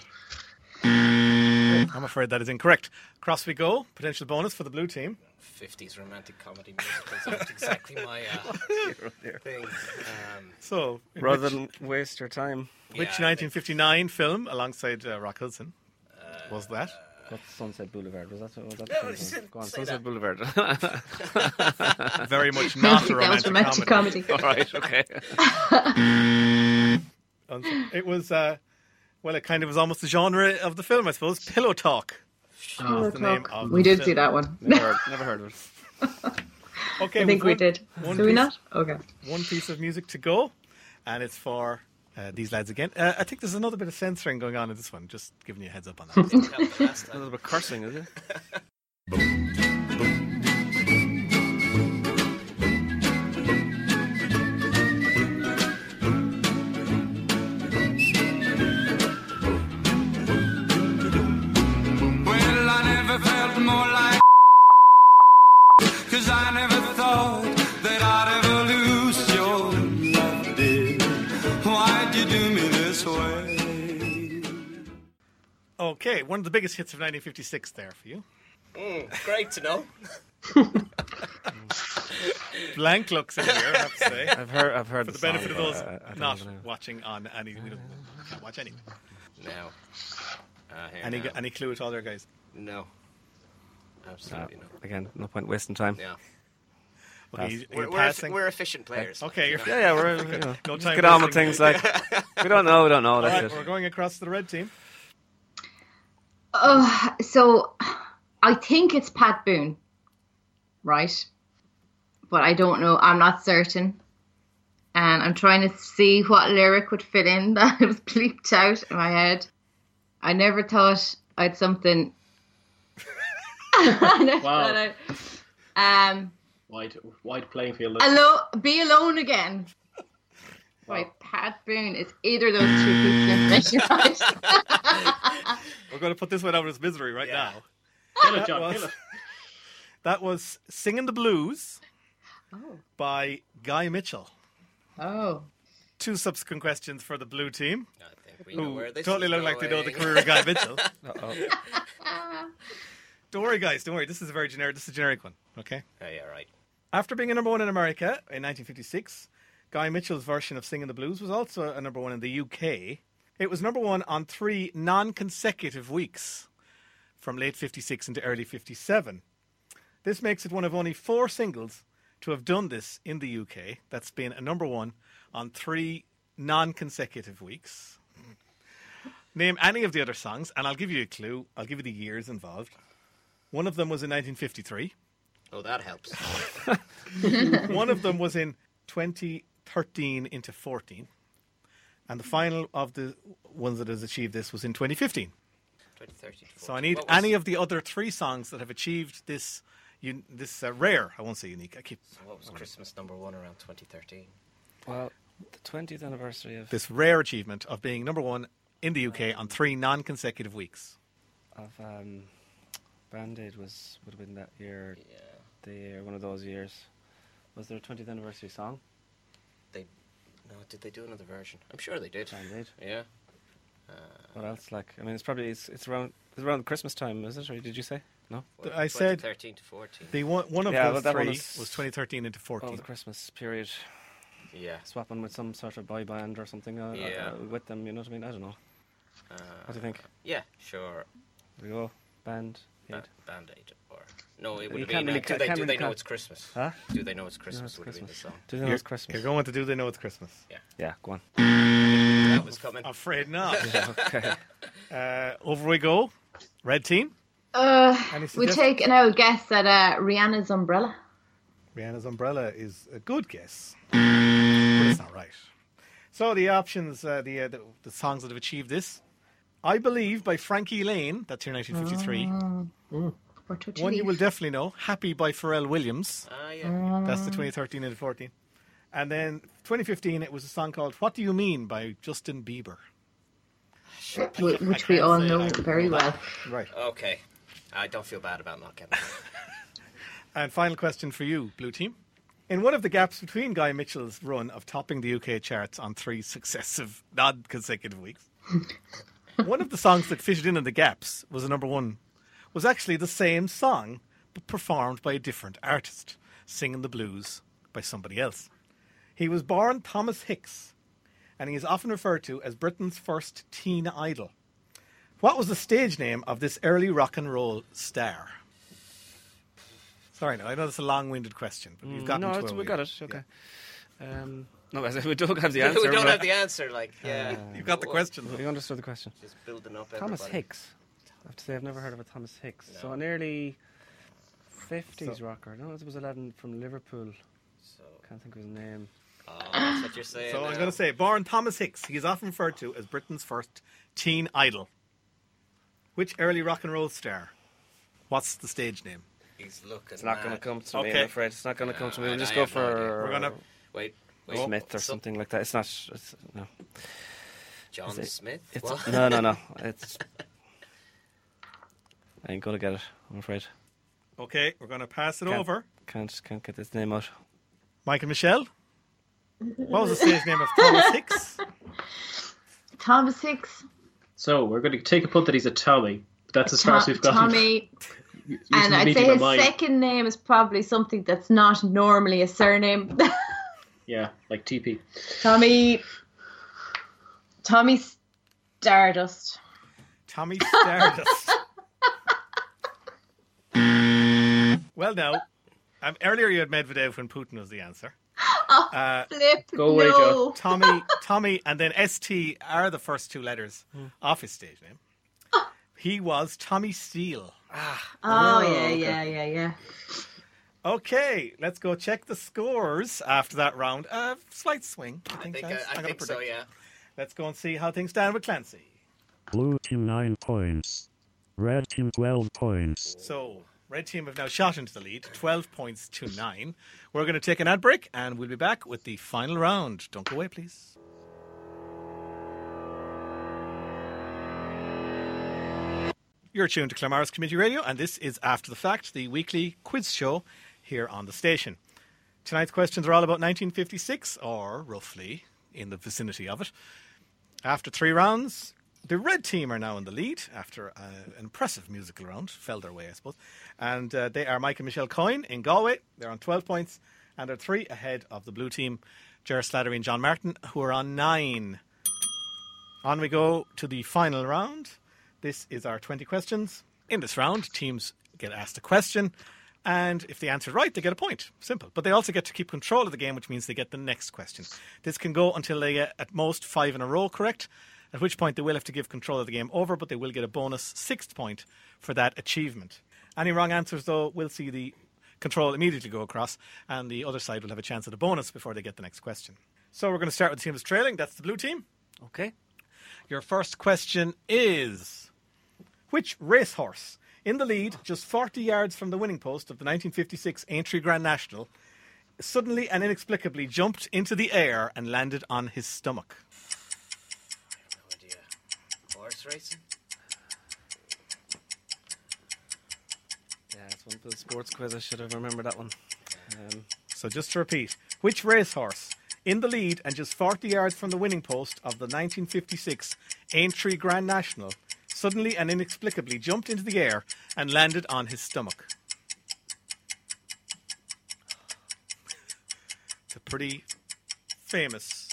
S1: I'm afraid that is incorrect. Cross we go. Potential bonus for the blue team.
S3: 50s romantic comedy musicals aren't exactly my
S1: [LAUGHS]
S3: uh, thing. Um,
S1: So, in
S2: Rather
S1: which-
S2: than waste your time,
S1: Which
S3: Yeah, I
S1: 1959 film, alongside uh, Rock Hudson, was that?
S2: what's Sunset Boulevard? Was that was that?
S3: No,
S2: the
S3: she
S2: thing?
S3: didn't
S2: Go on,
S3: say
S2: Sunset
S3: that.
S2: Boulevard. [LAUGHS]
S1: Very much
S4: I
S1: not a
S4: think that
S1: romantic,
S4: was romantic
S1: comedy.
S4: comedy.
S2: All right,
S3: [LAUGHS]
S2: okay.
S1: Unso- It was, uh, well, it kind of was almost the genre of the film, I suppose. Pillow Talk.
S4: Pillow
S1: the name
S4: Talk.
S1: of
S4: We
S1: the
S4: did
S1: film.
S4: do that one.
S2: Never heard, never heard of it.
S1: Okay,
S4: I think we
S1: we've
S4: did.
S1: one
S4: Do we
S1: piece-
S4: not? Okay.
S1: One piece of music to go, and it's for uh, these lads again. Uh, I think there's another bit of censoring going on in this one, just giving you a heads up on that.
S4: [LAUGHS]
S3: didn't help the last
S2: A
S3: time.
S2: little bit cursing, is it?
S8: Well, I never felt more like Cause I never thought that I'd ever lose your love, dear Why'd you do me this way?
S1: okay, one of the biggest hits of 1956 there for you.
S3: Mm, great to know.
S1: Blank looks in here, I have to say.
S2: I've heard, I've heard
S1: For the
S2: song,
S1: benefit of
S2: but uh,
S1: those
S2: I- I don't know
S1: not
S2: the name.
S1: watching on any, we don't, we can't watch any.
S3: No. Uh, here
S1: Any,
S3: now.
S1: any clue at all there, guys?
S3: No. Absolutely no.
S2: Again, no point wasting time.
S3: Yeah.
S1: Okay, you- you're
S3: We're, we're, eff-
S1: passing.
S3: we're efficient players.
S1: okay, you're
S2: Yeah, yeah, we're
S1: [LAUGHS]
S2: you know,
S1: No
S2: just
S1: time
S2: get on with
S1: wasting.
S2: things like we don't know, we don't know.
S1: All right,
S2: That's
S1: we're
S2: it.
S1: going across to the red team.
S4: So I think it's Pat Boone. right? But I don't know. I'm not certain. And I'm trying to see what lyric would fit in [LAUGHS] that was bleeped out in my head. I never thought I'd something. I never
S5: Wow.
S4: thought I'd- um,
S5: Wide, wide playing field.
S4: Alo- be alone again. By Pat Boone. It's either of those two pieces [LAUGHS] of information, right?
S1: We're going to put this one out of its misery right now.
S5: Kill it,
S1: That
S5: John.
S1: was-
S5: Kill it.
S1: That was Singing the Blues
S4: Oh.
S1: by Guy Mitchell.
S4: Oh.
S1: Two subsequent questions for the blue team.
S3: I think we know
S1: Who
S3: where this
S1: totally
S3: is
S1: look like they know the
S3: going.
S1: career of Guy
S3: [LAUGHS]
S1: Mitchell.
S2: oh
S1: Don't worry, guys. Don't worry. This is a very generic. This is a generic one. Okay.
S3: Oh, yeah, right.
S1: After being a number one in America in 1956, Guy Mitchell's version of Singing the Blues was also a number one in the UK. It was number one on three non consecutive weeks from late 56 into early 57. This makes it one of only four singles to have done this in the UK. That's been a number one on three non consecutive weeks. Name any of the other songs, and I'll give you a clue. I'll give you the years involved. One of them was in 1953.
S3: Oh, that helps.
S1: One of
S2: [LAUGHS]
S1: them was in 2013 into 14. And the final of the ones that has achieved this was in 2015.
S3: 2030 to
S1: So I
S3: 40.
S1: need
S3: What was-
S1: any of the other three songs that have achieved this un- this uh, rare, I won't say unique. I keep
S3: What was Christmas number one around 2013?
S2: well, the twentieth anniversary of
S1: this rare achievement of being number 1 in the UK on three non-consecutive weeks.
S2: of um, Band Aid was would have been that year,
S3: Yeah.
S2: the year, one of those years. Was there a twentieth anniversary song?
S3: They. No, did they do another version? I'm sure they did.
S2: Band Aid.
S3: Yeah.
S2: What else? Like, I mean, it's probably it's, it's around it's around Christmas time, is it? Or did you say no?
S3: Well,
S1: I said-
S3: 2013 to 14.
S1: The one, one of
S2: Yeah,
S1: those
S2: but that one
S1: three
S2: is-
S1: was 2013 into 14.
S2: Over Oh, the Christmas period,
S3: Yeah.
S2: swapping with some sort of boy band or something uh,
S3: Yeah.
S2: uh, with them. You know what I mean? I don't know.
S3: Uh,
S2: What do you think?
S3: Yeah, sure.
S2: There we go. Band Aid.
S3: Ba- Band Aid or no? It
S2: You
S3: would have
S2: can't
S3: been. uh,
S2: really
S3: do
S2: ca-
S3: they,
S2: can't
S3: do
S2: really
S3: they know
S2: count.
S3: it's Christmas?
S2: Huh?
S3: Do they know it's Christmas? Would have been the
S2: Christmas.
S3: song.
S2: Do you know
S1: you're,
S2: it's Christmas?
S1: you're going with the Do They Know It's
S2: [LAUGHS]
S1: Christmas.
S2: Yeah, go on.
S3: That was
S1: [LAUGHS]
S3: coming.
S1: Afraid not.
S2: okay.
S1: uh, over we go. Red team.
S4: Uh,
S1: Any
S4: we
S1: suggestions?
S4: take an old guess at uh, Rihanna's umbrella.
S1: Rihanna's umbrella is a good guess, but it's not right. So the options, uh, the, uh, the the songs that have achieved this, I believe by Frankie Lane. That's here 1953.
S4: Or to
S1: One you
S4: achieve.
S1: will definitely know, "Happy" by Pharrell Williams.
S3: Ah, yeah.
S1: That's the 2013 and 14. And then 2015, it was a song called "What Do You Mean" by Justin Bieber.
S4: Wh- which we all know very well.
S1: Right.
S3: Okay. I don't feel bad about not
S1: [LAUGHS]
S3: getting. That.
S1: And final question for you, Blue Team. In one of the gaps between Guy Mitchell's run of topping the UK charts on three successive non consecutive weeks, one of the songs that fitted in in the gaps was a number one, was actually the same song, but performed by a different artist, singing the blues by somebody else. He was born Thomas Hicks, and he is often referred to as Britain's first teen idol. What was the stage name of this early rock and roll star? Sorry, no, I know that's a long-winded question, but you've gotten
S2: [LAUGHS] Mm, no,
S1: to
S2: it's,
S1: where
S2: we
S1: we
S2: got
S1: are.
S2: it. Okay. Um, no, I said [LAUGHS] we don't have the answer.
S3: we don't
S2: but
S3: have the answer. Like, yeah.
S1: Uh, You've got the question.
S2: We understood the question.
S3: Just building up.
S2: Thomas
S3: everybody.
S2: Hicks. I have to say, I've never heard of a Thomas Hicks. So an early 50s rocker. No, it was a lad in- from Liverpool.
S3: So,
S2: Can't think of his name.
S3: oh, that's what you're saying.
S1: So I'm
S3: now.
S1: going to say, born Thomas Hicks, he is often referred to as Britain's first teen idol. Which early rock and roll star? What's the stage name?
S3: he's looking.
S2: It's not going to
S3: mad.
S2: come to me,
S1: Okay.
S2: I'm afraid. It's not going to come to me.
S3: Uh,
S2: We'll just
S3: I
S2: go
S3: have no idea.
S2: for
S1: We're going to
S3: Wait, wait.
S2: Smith or
S3: some-
S2: something like that. It's not. It's, no.
S3: John
S2: Is it-
S3: Smith.
S2: It's,
S3: What?
S2: no, no, [LAUGHS] no. It's. I ain't going to get it, I'm afraid.
S1: okay, we're going to pass it
S2: Can't-
S1: over.
S2: Can't, can't get this name out.
S1: Mike and Michelle. What was the stage name of Thomas Hicks?
S4: Thomas Hicks,
S5: So we're going to take a punt that he's a Tommy. That's as far as
S4: Tom-
S5: we've gotten.
S4: Tommy,
S5: Using
S4: and
S5: the
S4: I'd
S5: meat in
S4: say
S5: my
S4: his
S5: mind.
S4: second name is probably something that's not normally a surname.
S5: [LAUGHS]
S4: [LAUGHS]
S5: Yeah, like TP.
S4: Tommy, Tommy Stardust.
S1: Tommy Stardust. well, now, um, earlier you had Medvedev when Putin was the answer.
S4: Flip,
S5: Go away,
S4: no.
S5: Joe.
S1: Tommy, Tommy, and then ST are the first two letters
S3: Hmm.
S1: of his stage name. He was Tommy Steele.
S5: Oh,
S4: Oh, yeah, yeah, yeah, yeah.
S1: Okay, let's go check the scores after that round. Uh, slight swing. I think,
S3: think, uh,
S1: guys.
S3: I, I
S1: I'm gonna
S3: think so,
S1: predict.
S3: yeah.
S1: Let's go and see how things stand with Clancy.
S6: Blue team 9 points. Red team 12 points.
S1: So, red team have now shot into the lead, 12 points to 9. We're going to take an ad break and we'll be back with the final round. Don't go away, please. You're tuned to Clamara's Community Radio, and this is After the Fact, the weekly quiz show here on the station. Tonight's questions are all about 1956, or roughly in the vicinity of it. After three rounds, the red team are now in the lead after uh, an impressive musical round. Fell their way, I suppose. And uh, they are Mike and Michelle Coyne in Galway. They're on 12 points and are three ahead of the blue team, Ger Slattery and John Martin, who are on nine. On we go to the final round. This is our 20 questions. In this round, teams get asked a question, and if they answer right, they get a point. Simple. But they also get to keep control of the game, which means they get the next question. This can go until they get at most five in a row correct, at which point they will have to give control of the game over, but they will get a bonus sixth point for that achievement. Any wrong answers, though, will see the control immediately go across, and the other side will have a chance at a bonus before they get the next question. So we're going to start with the team that's trailing. That's the blue team.
S2: Okay.
S1: Your first question is Which racehorse in the lead, just 40 yards from the winning post of the 1956 Aintree Grand National, suddenly and inexplicably jumped into the air and landed on his stomach?
S3: No idea. Horse racing?
S2: Yeah, it's one of those sports quiz. I should have remembered that one. Um,
S1: So just to repeat, which racehorse in the lead and just 40 yards from the winning post of the 1956 Aintree Grand National suddenly and inexplicably jumped into the air and landed on his stomach? It's a pretty famous.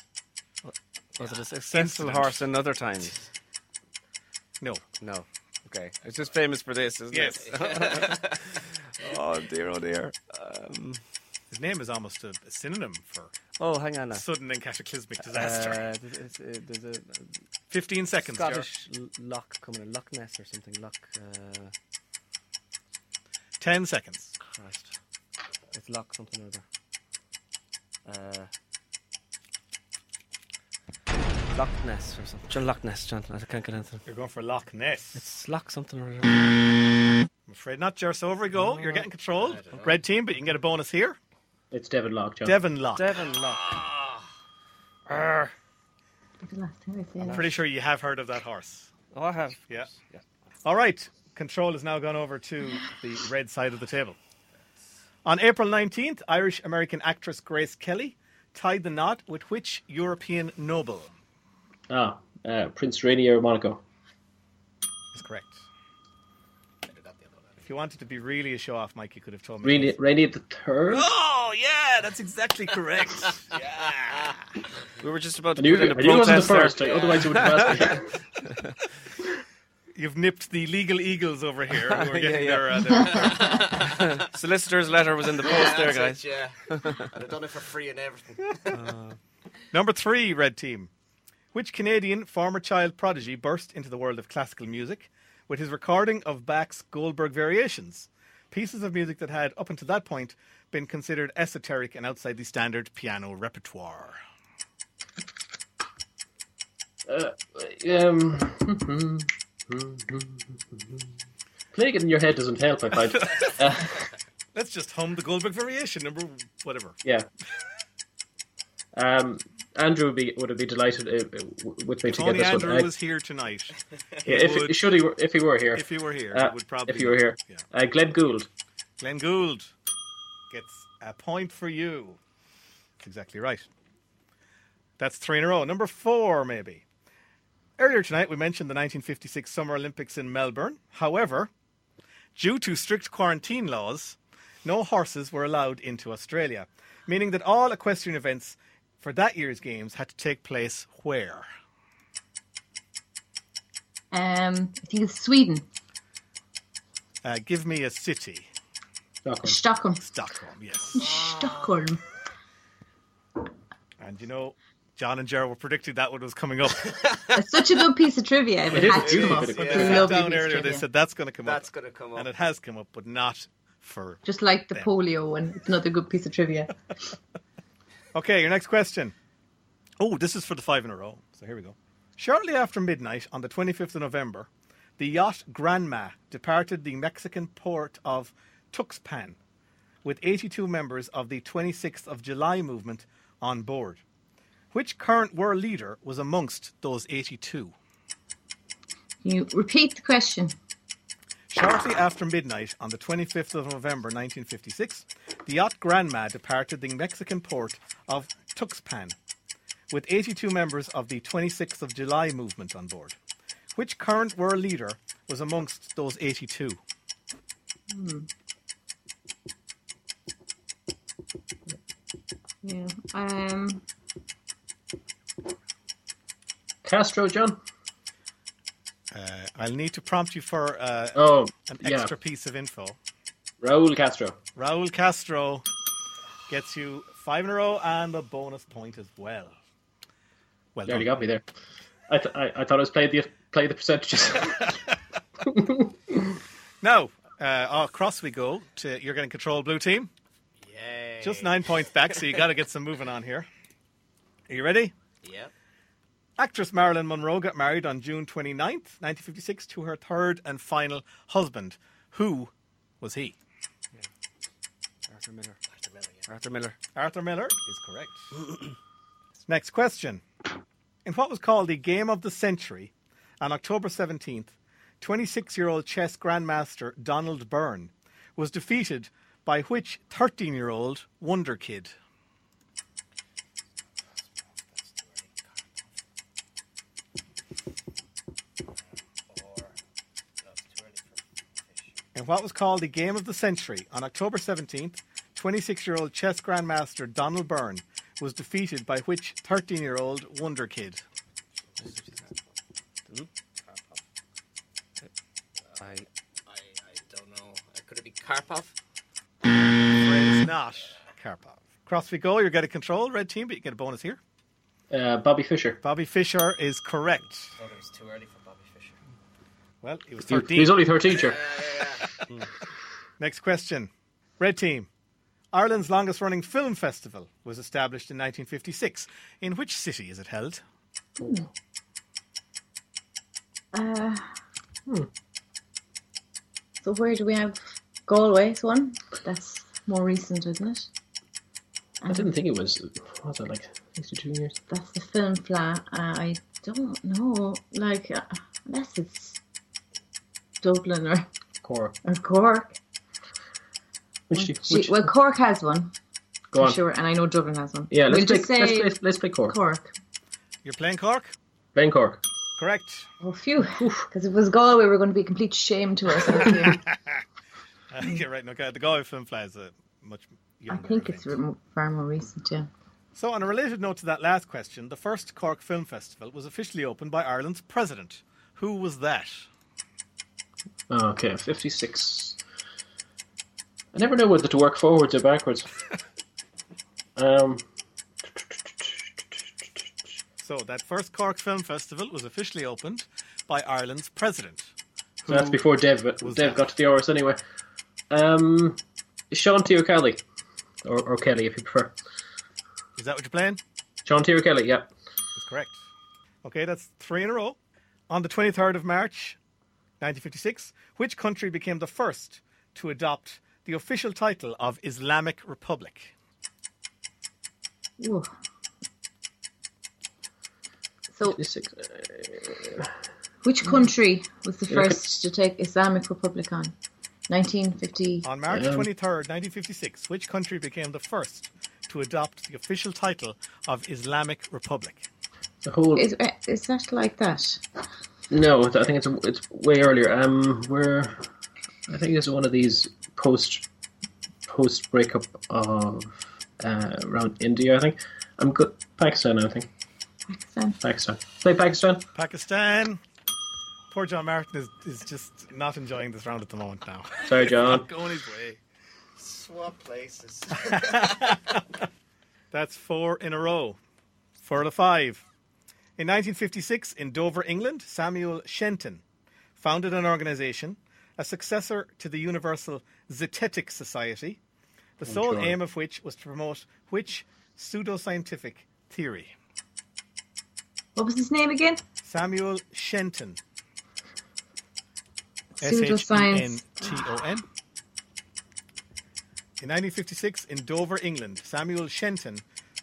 S2: was it a successful
S1: Incident.
S2: horse another time?
S1: No.
S2: No. Okay. It's just famous for this, isn't
S1: Yes.
S2: it? [LAUGHS] oh dear, oh dear. Um,
S1: His name is almost a a synonym for
S2: oh, hang on now.
S1: sudden and cataclysmic disaster.
S2: Uh, there's, it's- uh, there's a
S1: 15 seconds. Ger.
S2: Scottish l- lock coming in, Loch Ness or something. Loch, uh,
S1: 10 seconds.
S2: Christ. It's Loch something or other. Uh, Loch Ness or something. John Loch Ness, John. I can't get anything.
S1: You're going for Loch Ness.
S2: It's Loch something or other.
S1: I'm afraid not, Jer. So over we go. You're getting controlled. Red team, but you can get a bonus here.
S5: It's Devin Lockjaw.
S1: Devon Lock.
S2: Devon Loch.
S4: The last time I said
S1: Pretty sure you have heard of that horse.
S2: Oh, I have.
S1: Yeah. All right. Control has now gone over to the
S2: [SIGHS]
S1: red side of the table. On April 19th, Irish American actress Grace Kelly tied the knot with which European noble?
S5: Ah, uh, Prince Rainier of Monaco.
S1: Is correct.
S3: Better got the other one.
S1: If you wanted to be really a show off, Mike, you could have told me.
S5: Rainier, Rainier the
S1: [GASPS]
S5: Third?
S1: Oh, yeah, that's exactly
S2: [LAUGHS]
S1: correct. yeah.
S2: We were just about to
S5: I knew,
S2: put in a
S5: I knew it wasn't the
S2: protest there.
S5: first, like, otherwise it would have passed me.
S1: You've nipped the legal eagles over here who are
S2: [LAUGHS] Yeah,
S1: getting
S2: yeah.
S1: their, uh, their.
S2: Solicitor's letter was in the post there,
S3: [LAUGHS] That's
S2: guys.
S3: it,
S2: [LAUGHS]
S3: yeah. I'd have done it for free and everything.
S1: Number three, red team. Which Canadian former child prodigy burst into the world of classical music with his recording of Bach's Goldberg Variations, pieces of music that had, up until that point, been considered esoteric and outside the standard piano repertoire? [LAUGHS]
S5: Um, playing it in your head doesn't help, I find. Uh,
S1: Let's just hum the Goldberg Variation, number whatever.
S5: yeah. Um, Andrew would be would have been delighted uh, uh, w- with me
S1: If
S5: to get
S1: only
S5: this
S1: Andrew
S5: one. I-
S1: was here tonight.
S5: yeah, if,
S1: would-
S5: should he were, if he were here,
S1: If he were here,
S5: Uh,
S1: it would probably.
S5: if he were here,
S1: Yeah.
S5: uh, Glenn Gould.
S1: Glenn Gould gets a point for you. That's exactly right. That's three in a row. Number four, maybe. Earlier tonight, we mentioned the 1956 Summer Olympics in Melbourne. However, due to strict quarantine laws, no horses were allowed into Australia, meaning that all equestrian events for that year's games had to take place where?
S4: Um, I think it's Sweden,
S1: Uh, give me a city.
S5: Stockholm.
S4: Stockholm,
S1: Stockholm, yes.
S4: Stockholm.
S1: And you know, John and Gerald were predicting that one was coming up. [LAUGHS]
S4: That's such a good piece of trivia. It,
S5: is
S4: had to
S5: a
S4: come
S5: beautiful
S4: up.
S5: bit of
S4: It's
S1: They
S4: a
S1: sat
S4: lovely
S1: down
S4: piece of
S1: earlier. They
S4: trivia.
S1: said that's going to come
S3: That's
S1: up,
S3: going to come up.
S1: and it has come up, but not for.
S4: Just like the
S1: them.
S4: polio one. It's another good piece of trivia.
S1: Okay, your next question. Oh, this is for the five in a row. So here we go. Shortly after midnight on the 25th of November, the yacht Granma departed the Mexican port of Tuxpan with 82 members of the 26th of July movement on board. Which current world leader was amongst those 82?
S4: Can you repeat the question?
S1: Shortly after midnight on the 25th of November 1956, the yacht Granma departed the Mexican port of Tuxpan with 82 members of the 26th of July movement on board. Which current world leader was amongst those 82?
S4: Hmm. Yeah. Um,
S5: Castro, John.
S1: Uh, I'll need to prompt you for uh,
S5: Oh,
S1: an
S5: yeah.
S1: extra piece of info.
S5: Raul Castro.
S1: Raul Castro gets you five in a row and a bonus point as well. Well
S5: you already
S1: done.
S5: got me there. I, th- I, I thought I was playing the play
S1: [LAUGHS]
S5: the percentages.
S1: Now, uh, across we go to you're going to control blue team.
S3: Yay.
S1: Just nine points back, so you got to get some moving on here. Are you ready?
S3: Yep.
S1: Actress Marilyn Monroe got married on June 29th, 1956, to her third and final husband. Who was he?
S2: Arthur Miller.
S3: Arthur Miller, yeah.
S2: Arthur Miller.
S1: Arthur Miller is correct. [CLEARS THROAT] Next question. In what was called the Game of the Century on October 17th, 26 year old chess grandmaster Donald Byrne was defeated by which 13 year old Wonder Kid? in what was called the Game of the Century on October 17th, 26 year old chess grandmaster Donald Byrne was defeated by which 13 year old Wonder Kid?
S3: I,
S2: I
S3: I don't know. Uh, Could it be Karpov?
S1: Afraid It's not Karpov. Cross we go. You get a control, red team, but you get a bonus here.
S5: uh, Bobby Fischer.
S1: Bobby Fischer is correct.
S3: Oh, it was too early for Bobby Fischer.
S1: Well, he was
S5: He-
S1: 13.
S5: He's only thirteen, sure.
S1: Next question. Red team. Ireland's longest running film festival was established in 1956. In which city is it held?
S4: uh,
S5: Hmm.
S4: So where do we have Galway's one? That's more recent, isn't it?
S5: I didn't think it was. what Was it like sixty-two years?
S4: That's the film flat. Uh, I don't know. Like, uh, unless it's Dublin or,
S5: Cora.
S4: or Cork.
S5: Which, do you-
S4: She-
S5: which,
S4: well, Cork has one,
S5: go
S4: for
S5: on.
S4: sure, and I know Dublin has one.
S5: Yeah, let's
S4: we'll
S5: play,
S4: just say
S5: let's, play, let's play Cork.
S4: Cork.
S1: You're playing Cork?
S5: Playing Cork.
S1: Correct. [LAUGHS]
S4: Oh, phew. Because if it was Galway, we were going to be a complete shame to ourselves
S5: [LAUGHS]
S4: here.
S1: Uh, you're right. No, the Galway Film Fly is a much
S4: I
S1: younger event.
S4: think it's re- far more recent, yeah.
S1: So, on a related note to that last question, the first Cork Film Festival was officially opened by Ireland's president. Who was that?
S5: Oh, okay, fifty-six. I never know whether to work forwards
S1: [LAUGHS]
S5: or backwards. um,
S1: So, that first Cork Film Festival was officially opened by Ireland's president.
S5: so that's before Dev, but
S1: was
S5: Dev
S1: that?
S5: got to the Oris anyway. Um, Sean T O'Kelly, or, or Kelly if you prefer.
S1: Is that what you're playing?
S5: Sean T O'Kelly, yeah.
S1: That's correct. Okay, that's three in a row. On the 23rd of March, 1956, which country became the first to adopt the official title of Islamic Republic?
S4: Ooh. So,
S5: Fifty-six.
S4: which country was the
S5: Yeah, okay.
S4: first to take Islamic Republic on? 1950.
S1: On March
S5: Um,
S1: 23rd, 1956, which country became the first to adopt the official title of Islamic Republic?
S5: The whole
S4: Is, eh, is that like that?
S5: No, I think it's it's way earlier. Um, we're I think it's one of these post post breakup of uh, around India. I think I'm good. Pakistan, I think
S4: Pakistan.
S5: Pakistan. Play Pakistan.
S1: Pakistan. Poor John Martin is, is just not enjoying this round at the moment now.
S5: Sorry, John.
S1: Going his way.
S3: Swap places.
S1: That's four in a row. Four out of five. In 1956, in Dover, England, Samuel Shenton founded an organization a successor to the Universal Zetetic Society, the
S11: I'm
S1: sole
S11: sure.
S1: aim of which was to promote which pseudoscientific theory?
S4: What was his name again?
S1: Samuel Shenton. E
S4: Pseudoscience.
S1: S-H-E-N-T-O-N. In 1956, in Dover, England, Samuel Shenton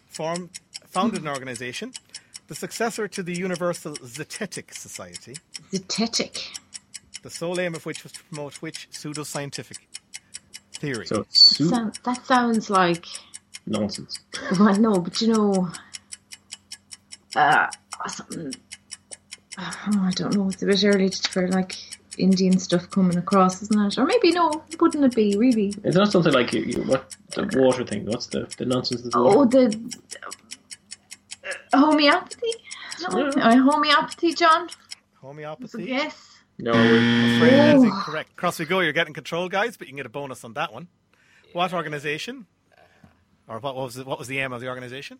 S1: formed, founded an organization, the successor to the Universal Zetetic Society,
S4: Zetetic.
S1: the sole aim of which was to promote which pseudoscientific theory?
S5: So it's
S4: That,
S5: su-
S4: sound- that sounds like.
S5: nonsense.
S4: Well, no, but you know. Uh, something. oh, I don't know. It's a bit early for like Indian stuff coming across, isn't it? Or maybe no. Wouldn't it be really?
S5: It's not something like you, you, what the water thing. What's the the nonsense of the water?
S4: Oh, the uh, homeopathy. No, uh, homeopathy, John.
S1: Homeopathy.
S4: Yes.
S5: No,
S1: I'm afraid that is
S4: Oh.
S1: incorrect. Cross we go. You're getting control, guys, but you can get a bonus on that one. What organization? Or what was the, what was the aim of the organization?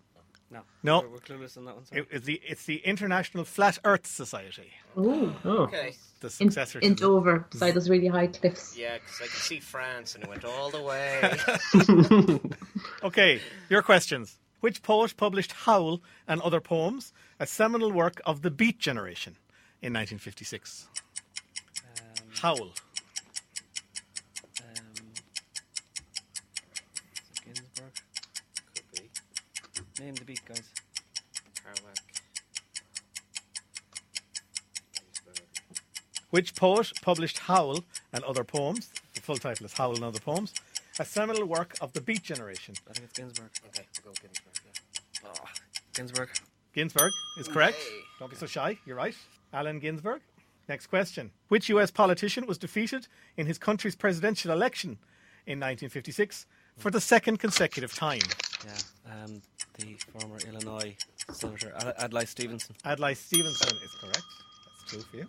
S2: No.
S1: No.
S2: We're, we're clueless on that one. Sorry.
S1: It, it's the it's the International Flat Earth Society.
S4: Ooh.
S5: Oh.
S3: Okay.
S1: The
S4: In,
S1: successor
S4: in
S1: to the-
S4: Dover, beside those really high cliffs.
S3: Yeah, because I could see France and it went all the
S1: [LAUGHS]
S3: way.
S1: Okay, your questions. Which poet published Howl and Other Poems, a seminal work of the Beat Generation, in 1956? Howl.
S2: Um, is it Ginsburg?
S3: Could be.
S2: Name the beat, guys.
S3: Carmack. Ginsberg.
S1: Which poet published Howl and Other Poems? The full title is Howl and Other Poems, a seminal work of the Beat Generation.
S2: I think it's Ginsburg.
S3: Okay, we'll go Ginsberg. Yeah.
S2: Oh, Ginsburg.
S1: Ginsburg is correct.
S3: Yay.
S1: Don't be so shy. You're right. Alan Ginsburg. Next question. Which US politician was defeated in his country's presidential election in 1956 for the second consecutive time?
S2: Yeah. Um, the former Illinois Senator Ad- Adlai Stevenson.
S1: Adlai Stevenson is correct. That's two for you.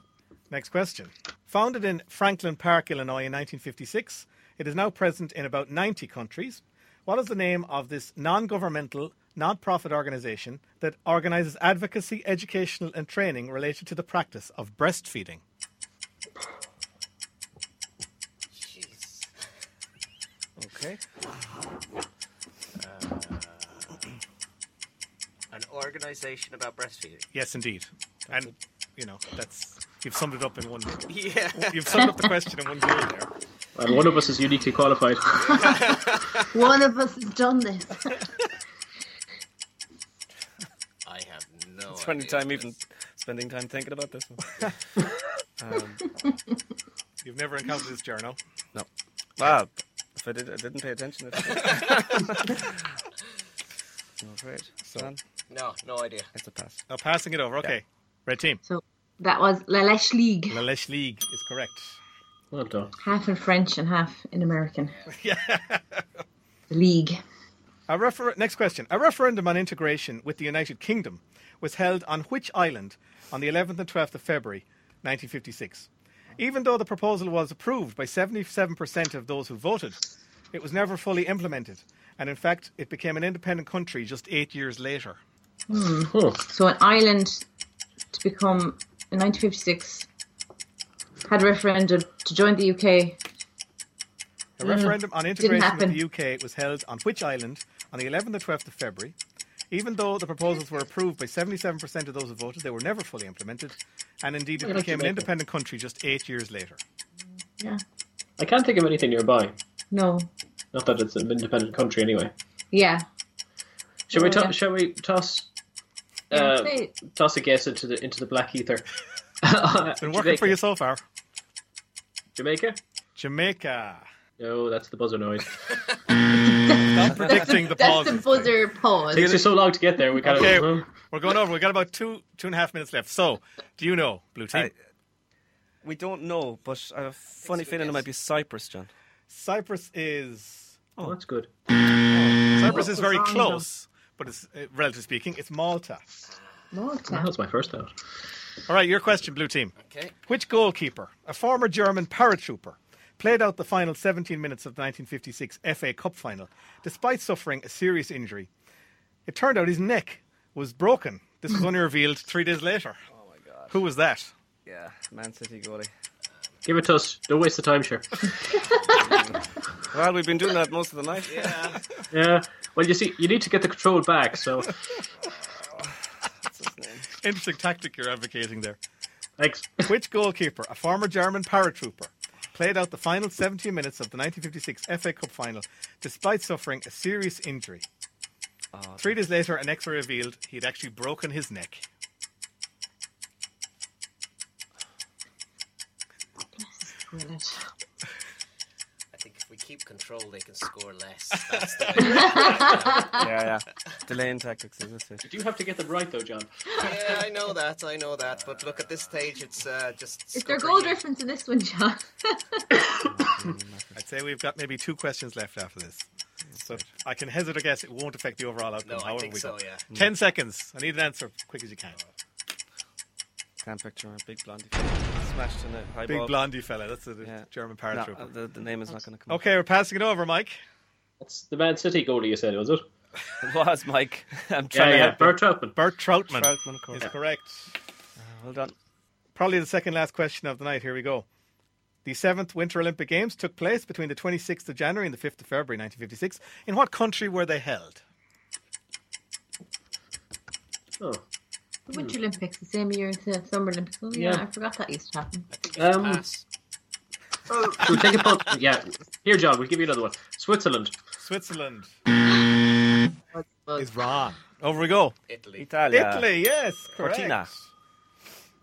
S1: Next question. Founded in Franklin Park, Illinois in 1956, it is now present in about 90 countries. What is the name of this non governmental, non profit organization that organizes advocacy, educational, and training related to the practice of breastfeeding?
S3: Jeez.
S2: Okay.
S3: An organization about breastfeeding.
S1: Yes, indeed. and, you know, that's. You've summed it up in one.
S3: [LAUGHS] Yeah.
S1: You've summed up the question in one go there.
S5: And one of us is uniquely qualified.
S4: One of us has done this.
S3: I have no
S2: It's funny
S3: idea
S2: time
S3: what
S2: even
S3: this-
S2: spending time thinking about this [LAUGHS] one. um,
S1: You've never encountered this, Jarno.
S2: no. Wow. If I did, I didn't pay attention. I'm [LAUGHS] afraid. John,
S3: No, no idea.
S2: it's a pass.
S1: Now passing it over. Okay. Red team.
S4: So that was La Lèche League,
S1: La Lesh League is correct.
S5: Well done.
S4: half in French and half in [LAUGHS] American.
S1: Yeah.
S4: The league.
S1: A refer- next question. A referendum on integration with the United Kingdom was held on which island on the 11th and 12th of February 1956? Even though the proposal was approved by 77% of those who voted, it was never fully implemented. And in fact, it became an independent country just eight years later.
S5: Huh.
S4: So an island to become in 1956 had a referendum to join the UK.
S1: The referendum on integration
S4: Mm, happen.
S1: with the UK was held on which island on the 11th and 12th of February? Even though the proposals were approved by 77% of those who voted, they were never fully implemented, and indeed it
S5: Look at
S1: became an
S5: Jamaica.
S1: independent country just eight years later.
S4: Yeah.
S5: I can't think of anything nearby.
S4: No.
S5: Not that it's an independent country anyway.
S4: Yeah.
S5: Shall we?
S4: Oh,
S5: To-
S4: yeah.
S5: Shall we toss?
S4: Yeah,
S5: uh,
S4: say it.
S5: toss a guess into the into the black ether. [LAUGHS]
S1: It's been working for you so far.
S5: Jamaica?
S1: Jamaica.
S5: No, that's the
S1: [LAUGHS]
S5: buzzer noise.
S1: Not predicting the
S4: That's the
S1: pauses.
S4: buzzer pause.
S5: takes you so long to get there. We kind
S1: Okay.
S5: of. Huh?
S1: We're going over. We've got about two two and a half minutes left. So, do you know, Blue Team?
S2: I- We don't know, but I have a funny
S3: we
S2: feeling it
S3: guess.
S2: might be Cyprus, John.
S1: Cyprus is.
S5: Oh, that's good.
S1: Cyprus is very
S4: wrong, though?
S1: close, but it's, uh, relatively speaking, it's Malta.
S5: That
S4: Malta.
S5: was my first thought.
S1: All right, your question, Blue Team.
S3: Okay.
S1: Which goalkeeper, a former German paratrooper, played out the final 17 minutes of the 1956 FA Cup final despite suffering a serious injury? It turned out his neck was broken. This was only revealed three days later. Oh my God! Who was that?
S2: Yeah, Man City goalie.
S5: Give it to us. Don't waste the
S1: [LAUGHS]
S5: time, sure.
S2: Well, we've been doing that most of the night. [LAUGHS] Yeah.
S5: Yeah. Well, you see, you need to get the control back. So
S1: Interesting tactic you're advocating there.
S5: Thanks. [LAUGHS]
S1: Which goalkeeper, a former German paratrooper, played out the final 17 minutes of the 1956 FA Cup final despite suffering a serious injury? Three days later, an x ray revealed he had actually broken his neck.
S3: I think if we keep control, they can score less. That's the way.
S2: [LAUGHS] [LAUGHS] yeah, yeah. Delaying tactics, is this it?
S5: you have to get them right, though, John.
S3: [LAUGHS] yeah, I know that. I know that. But look, at this stage, it's uh, just.
S4: Is there
S3: scuppered
S4: goal
S3: here.
S4: difference in this one, John? [LAUGHS]
S1: I'd say we've got maybe two questions left after this. So I can hazard a guess it won't affect the overall
S3: No,
S1: outcome.
S3: I
S1: however
S3: think
S1: we
S3: so.
S1: go.
S3: Yeah.
S1: Ten seconds. I need an answer quick as you can.
S2: Can't picture a big blondie. Smashed in a high
S1: Big
S2: ball.
S1: blondie fella. That's a
S2: Yeah.
S1: German
S2: No,
S1: paratrooper.
S2: uh, the, the name is not going to come.
S1: okay, we're passing it over, Mike.
S5: That's the Man City goalie you said, was it?
S2: It was Mike. [LAUGHS] I'm
S5: Yeah,
S2: trying
S5: yeah.
S2: to help.
S5: Bert Troutman.
S1: Bert Troutman,
S2: Troutman, of course.
S1: is correct.
S2: Well done.
S1: Probably the second last question of the night. Here we go. The seventh Winter Olympic Games took place between the 26th of January and the 5th of February 1956. In what country were they held?
S5: Oh.
S4: the Winter Olympics, the same year as the Summer Olympics. Oh, Hmm. yeah,
S5: Yeah.
S4: I forgot that used to happen.
S3: I think it's
S5: Um,
S4: Uh,
S3: pass.
S5: We'll take a punt. Yeah. Here, John. We'll give you another one. Switzerland.
S1: Switzerland
S4: Well,
S1: is wrong. Over we go.
S3: Italy.
S2: Italia.
S1: Italy, yes, correct.
S2: Cortina.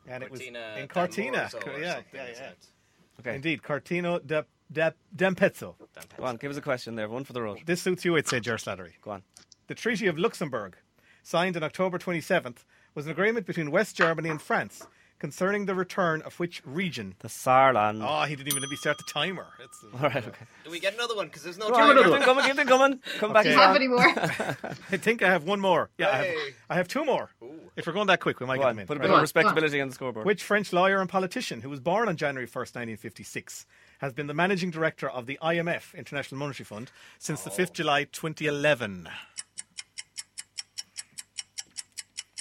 S1: And it was
S3: Cortina
S1: in
S3: d'Amourzo
S1: Cortina.
S3: or
S1: cor- Yeah,
S3: something,
S1: yeah,
S3: is
S1: yeah.
S3: it?
S2: Okay.
S1: Indeed, Cortino da, da, d'Ampezzo.
S2: Go on, give us a question there. One for the road.
S1: This suits you, I'd say, Ger Slattery.
S2: Go on.
S1: The Treaty of Luxembourg, signed on October 27th, was an agreement between West Germany and France concerning the return of which region?
S2: The Saarland.
S1: Oh, he didn't even let me start the timer. That's the-
S2: All right, okay.
S3: Do we get another one? Because there's no
S2: Go on,
S3: time.
S2: keep them coming, keep them coming. Come back.
S1: Okay.
S4: do
S2: John.
S4: you have any more?
S1: [LAUGHS]
S4: [LAUGHS]
S1: I think I have one more. Yeah, I, have,
S3: Hey.
S1: I have two more. If we're going that quick, we might
S2: Go
S1: get
S2: on,
S1: them in.
S2: Put a
S1: Right.
S2: bit
S4: Go
S2: of
S4: on,
S2: respectability on the scoreboard.
S1: Which French lawyer and politician, who was born on January 1st, 1956, has been the managing director of the IMF, International Monetary Fund, since the 5th July 2011?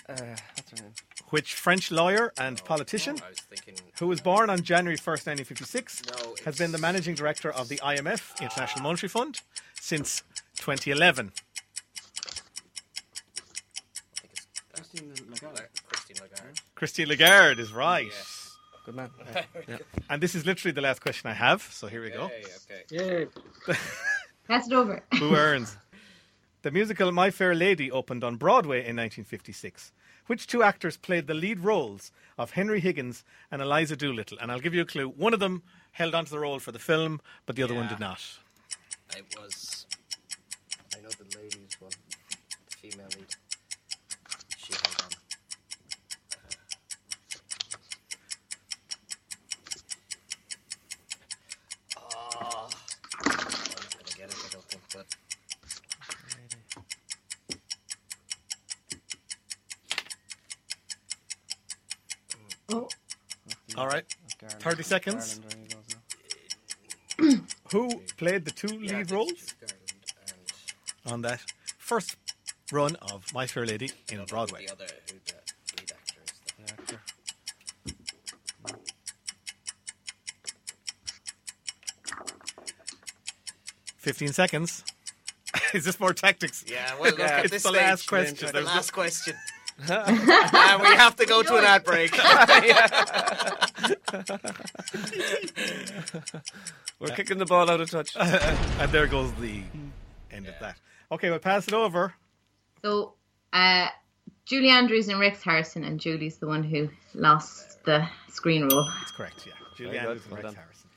S2: Uh, what's her name?
S1: Which French lawyer and politician,
S3: I was thinking.
S1: who was born on January 1st, 1956,
S3: No,
S1: has
S3: it's-
S1: been the managing director of the IMF, International Monetary Fund, since 2011?
S3: I think it's Lagarde. Christine Lagarde.
S1: Christine Lagarde is right.
S2: Good man.
S1: And this is literally the last question I have, so here we go.
S3: Hey, okay.
S5: Yeah.
S4: That's it over.
S1: Who earns? the musical My Fair Lady opened on Broadway in 1956. Which two actors played the lead roles of Henry Higgins and Eliza Doolittle? And I'll give you a clue. One of them held onto the role for the film, but the other one
S3: Yeah.
S1: did not.
S3: It was. I know the ladies one. The female lead. She held on. Oh, I'm not gonna get it. I don't think. But
S4: Oh,
S1: All right.
S2: Garland.
S1: 30 seconds.
S2: Garland, there you go, isn't it?
S1: [COUGHS] Who played the two
S3: yeah, I think
S1: lead
S3: it's
S1: roles
S3: Judy Garland and
S1: on that first run of My Fair Lady in Broadway?
S3: The other who the lead actor is. though.
S2: The actor.
S1: Fifteen seconds. [LAUGHS] is this more tactics?
S3: Yeah, well, look at
S1: it's
S3: this
S1: the
S3: stage,
S1: last question.
S3: It's the
S1: There's no-
S3: last
S1: [LAUGHS]
S3: question. and we have to go to an ad break.
S2: We're kicking the ball out of touch.
S1: and there goes the end of that. Okay, we'll pass it over.
S4: [LAUGHS] So, uh, Julie Andrews and Rex Harrison, and Julie's the one who lost the screen [LAUGHS] rule.
S1: That's correct, yeah. Julie
S2: Very good,
S1: Andrews and
S2: well
S1: Rex
S2: done.
S1: Harrison.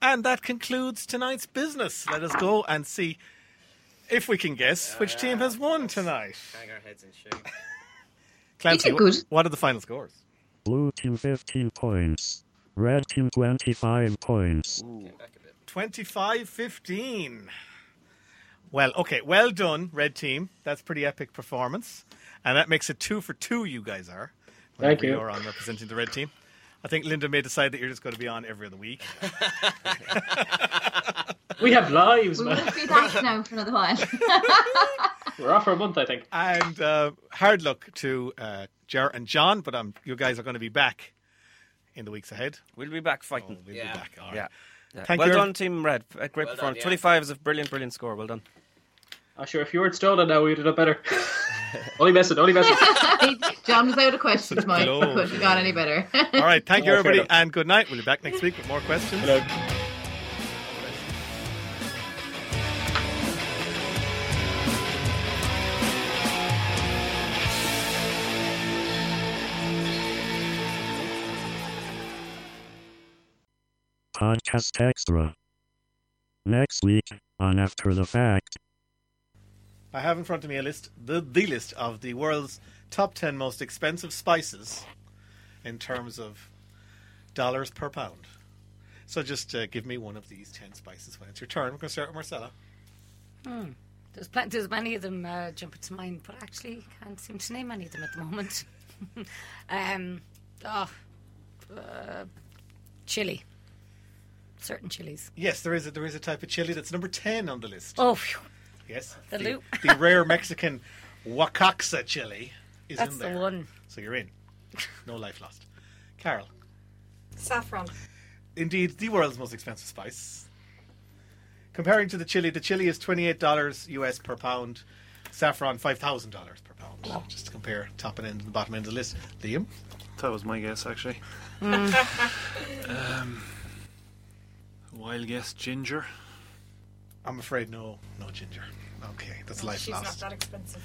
S1: And that concludes tonight's business. Let us go and see if we can guess which team has won tonight.
S3: Hang our heads in shame.
S1: Clancy,
S4: did
S1: wh-
S4: good.
S1: what are the final scores?
S6: Blue team 15 points. Red team 25 points.
S3: Came back a bit.
S1: 25 15. Well, okay, well done, red team. That's pretty epic performance. And that makes it two for two, you guys are.
S5: Thank
S1: Whenever
S5: you.
S1: You're on representing the red team. I think Linda may decide that you're just going to be on every other week.
S5: We have lives,
S4: We
S5: man.
S4: won't be back now for another while.
S5: We're off for a month, I think.
S1: And uh, hard luck to uh, Jar and John, but um, you guys are going to be back in the weeks ahead.
S2: [LAUGHS] We'll be back fighting.
S1: we'll be Yeah. back, all right.
S2: Yeah. Yeah.
S1: Thank
S2: well
S1: you.
S2: done, Team Red. A
S3: Well
S2: great
S3: done,
S2: performance.
S3: yeah.
S2: 25 is a brilliant, brilliant score. Well done.
S5: I'm sure if you weren't stolen now, we'd have done better. [LAUGHS] only messing, only messing.
S4: [LAUGHS] John was out of questions, Mike.
S1: Blow.
S4: Couldn't have gone any better.
S1: All right, thank you,
S5: Oh, fair
S1: everybody,
S5: enough.
S1: and good night. We'll be back next week with more questions.
S6: Podcast Extra. Next week on After the Fact.
S1: I have in front of me a list, the, the list of the world's top 10 most expensive spices in terms of dollars per pound. So just uh, give me one of these 10 spices when it's your turn. We're going to start with Marcella.
S11: Hmm. There's, pl- there's many of them uh, jumping to mind, but actually can't seem to name any of them at the moment. [LAUGHS] um, oh, uh, chili. Certain chilies.
S1: Yes, there is a, there is a type of chili that's number 10 on the list.
S11: Oh, phew.
S1: Yes.
S11: The loop.
S1: the rare Mexican Oaxaca chili is
S11: That's
S1: in
S11: the
S1: there.
S11: one.
S1: So
S11: [LAUGHS]
S1: you're in. No life lost. Carol,
S12: Saffron.
S1: indeed the world's most expensive spice. Comparing to the chili, the chili is $28 US per pound, saffron $5,000 per pound. So Just to compare top and end and bottom end of the list. Liam?
S13: That was my guess, actually. Um, wild guess, ginger. [LAUGHS]
S1: I'm afraid no, no ginger. Okay, that's life
S12: She's
S1: lost.
S12: not that expensive.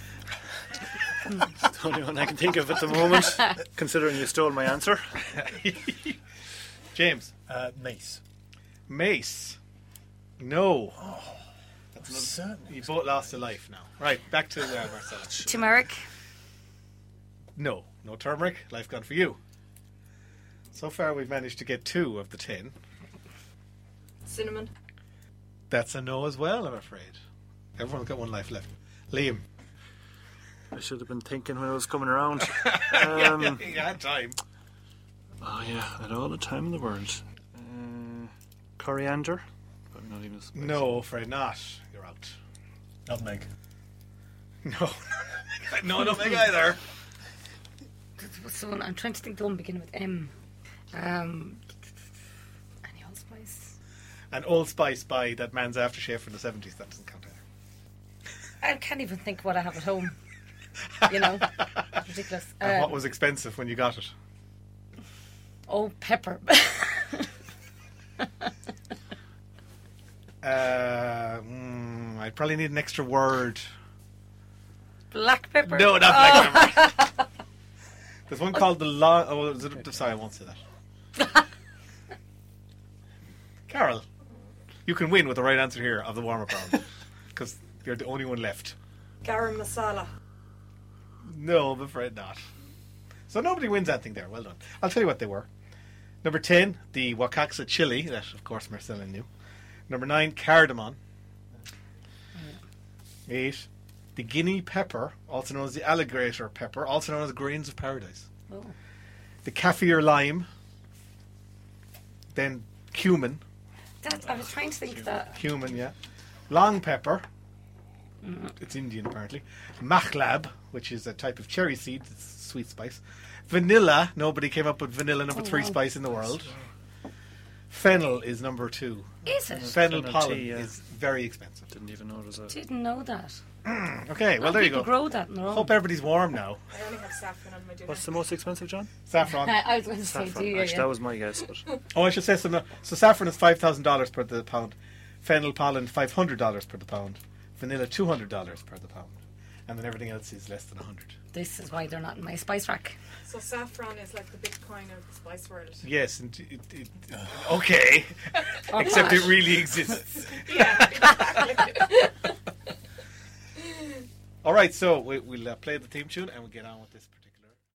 S13: It's the only one I can think of at the
S11: [LAUGHS]
S13: moment, considering you stole my answer.
S1: James?
S14: Uh, mace.
S1: Mace? No. that's
S14: another-
S1: You both lost a life now. Right, back to uh, Marcella.
S11: Turmeric.
S1: No, no turmeric. Life gone for you. So far, we've managed to get two of the ten.
S12: Cinnamon.
S1: That's a no as well, I'm afraid. Everyone's got one life left. Liam.
S13: I should have been thinking when I was coming around. Um,
S1: [LAUGHS] Yeah, yeah, you had time.
S13: Oh yeah, I had all the time in the world. Uh, coriander, probably not even. A spice.
S1: No, afraid not. You're out.
S14: Nutmeg.
S1: [LAUGHS] No. no, no meg [LAUGHS] either.
S11: What's the one? I'm trying to think the one beginning with M. Um, any allspice?
S1: And Old Spice by that man's aftershave from the 70s. That doesn't count either.
S11: I can't even think what I have at home. You know?
S13: [LAUGHS]
S11: Ridiculous.
S13: Uh,
S1: and what
S11: Um,
S1: was expensive when you got it?
S11: Oh, pepper. [LAUGHS]
S1: Uh, mm, I'd probably need an extra word.
S11: Black pepper.
S1: No, not
S11: Oh.
S1: black
S11: [LAUGHS]
S1: pepper. There's one called the law. Oh, is it, sorry, I won't say that.
S11: [LAUGHS]
S1: Carol, you can win with the right answer here of the warm-up round
S11: [LAUGHS]
S1: because you're the only one left.
S12: Garam masala.
S1: No, I'm afraid not. So nobody wins that thing there. Well done. I'll tell you what they were. Number 10, the Wakaxa chili, that of course Marcella knew. Number 9, cardamom. 8, the guinea pepper, also known as the alligator pepper, also known as grains of paradise.
S11: Oh.
S1: The kaffir lime. Then cumin.
S11: That, I was trying to think of that.
S1: Cumin, yeah. Long pepper.
S11: Mm.
S1: It's Indian, apparently. Machlab, which is a type of cherry seed. It's a sweet spice. Vanilla. Nobody came up with vanilla, number
S11: Oh,
S1: three
S11: wow.
S1: spice in the world. Fennel is number two.
S11: Is it?
S1: Fennel,
S13: Fennel
S1: pollen
S13: tea, yeah.
S1: is very expensive.
S13: Didn't even notice that.
S11: Didn't know that.
S1: Okay, well,
S11: Lot
S1: there you
S11: people
S1: go.
S11: grow that in their
S13: Oh,
S11: own.
S1: Hope everybody's warm now.
S12: I only have saffron on my dinner.
S13: What's the most expensive, John?
S1: Saffron.
S11: I was going to say,
S13: Saffron.
S11: do you?
S13: Actually,
S11: yeah.
S13: that was my guess. But
S1: Oh, I should say some. So saffron is five thousand dollars per the pound. Fennel pollen five hundred dollars per the pound. Vanilla two hundred dollars per the pound, and then everything else is less than a hundred.
S11: This is why they're not in my spice rack.
S12: So saffron is like the Bitcoin of the spice world.
S1: Yes, and it, it,
S12: [LAUGHS]
S1: okay.
S12: Oh,
S1: Except
S12: gosh.
S1: it really exists.
S12: [LAUGHS] Yeah,
S1: [LAUGHS]
S12: exactly.
S1: All right, so we, we'll uh, play the theme tune and we'll get on with this.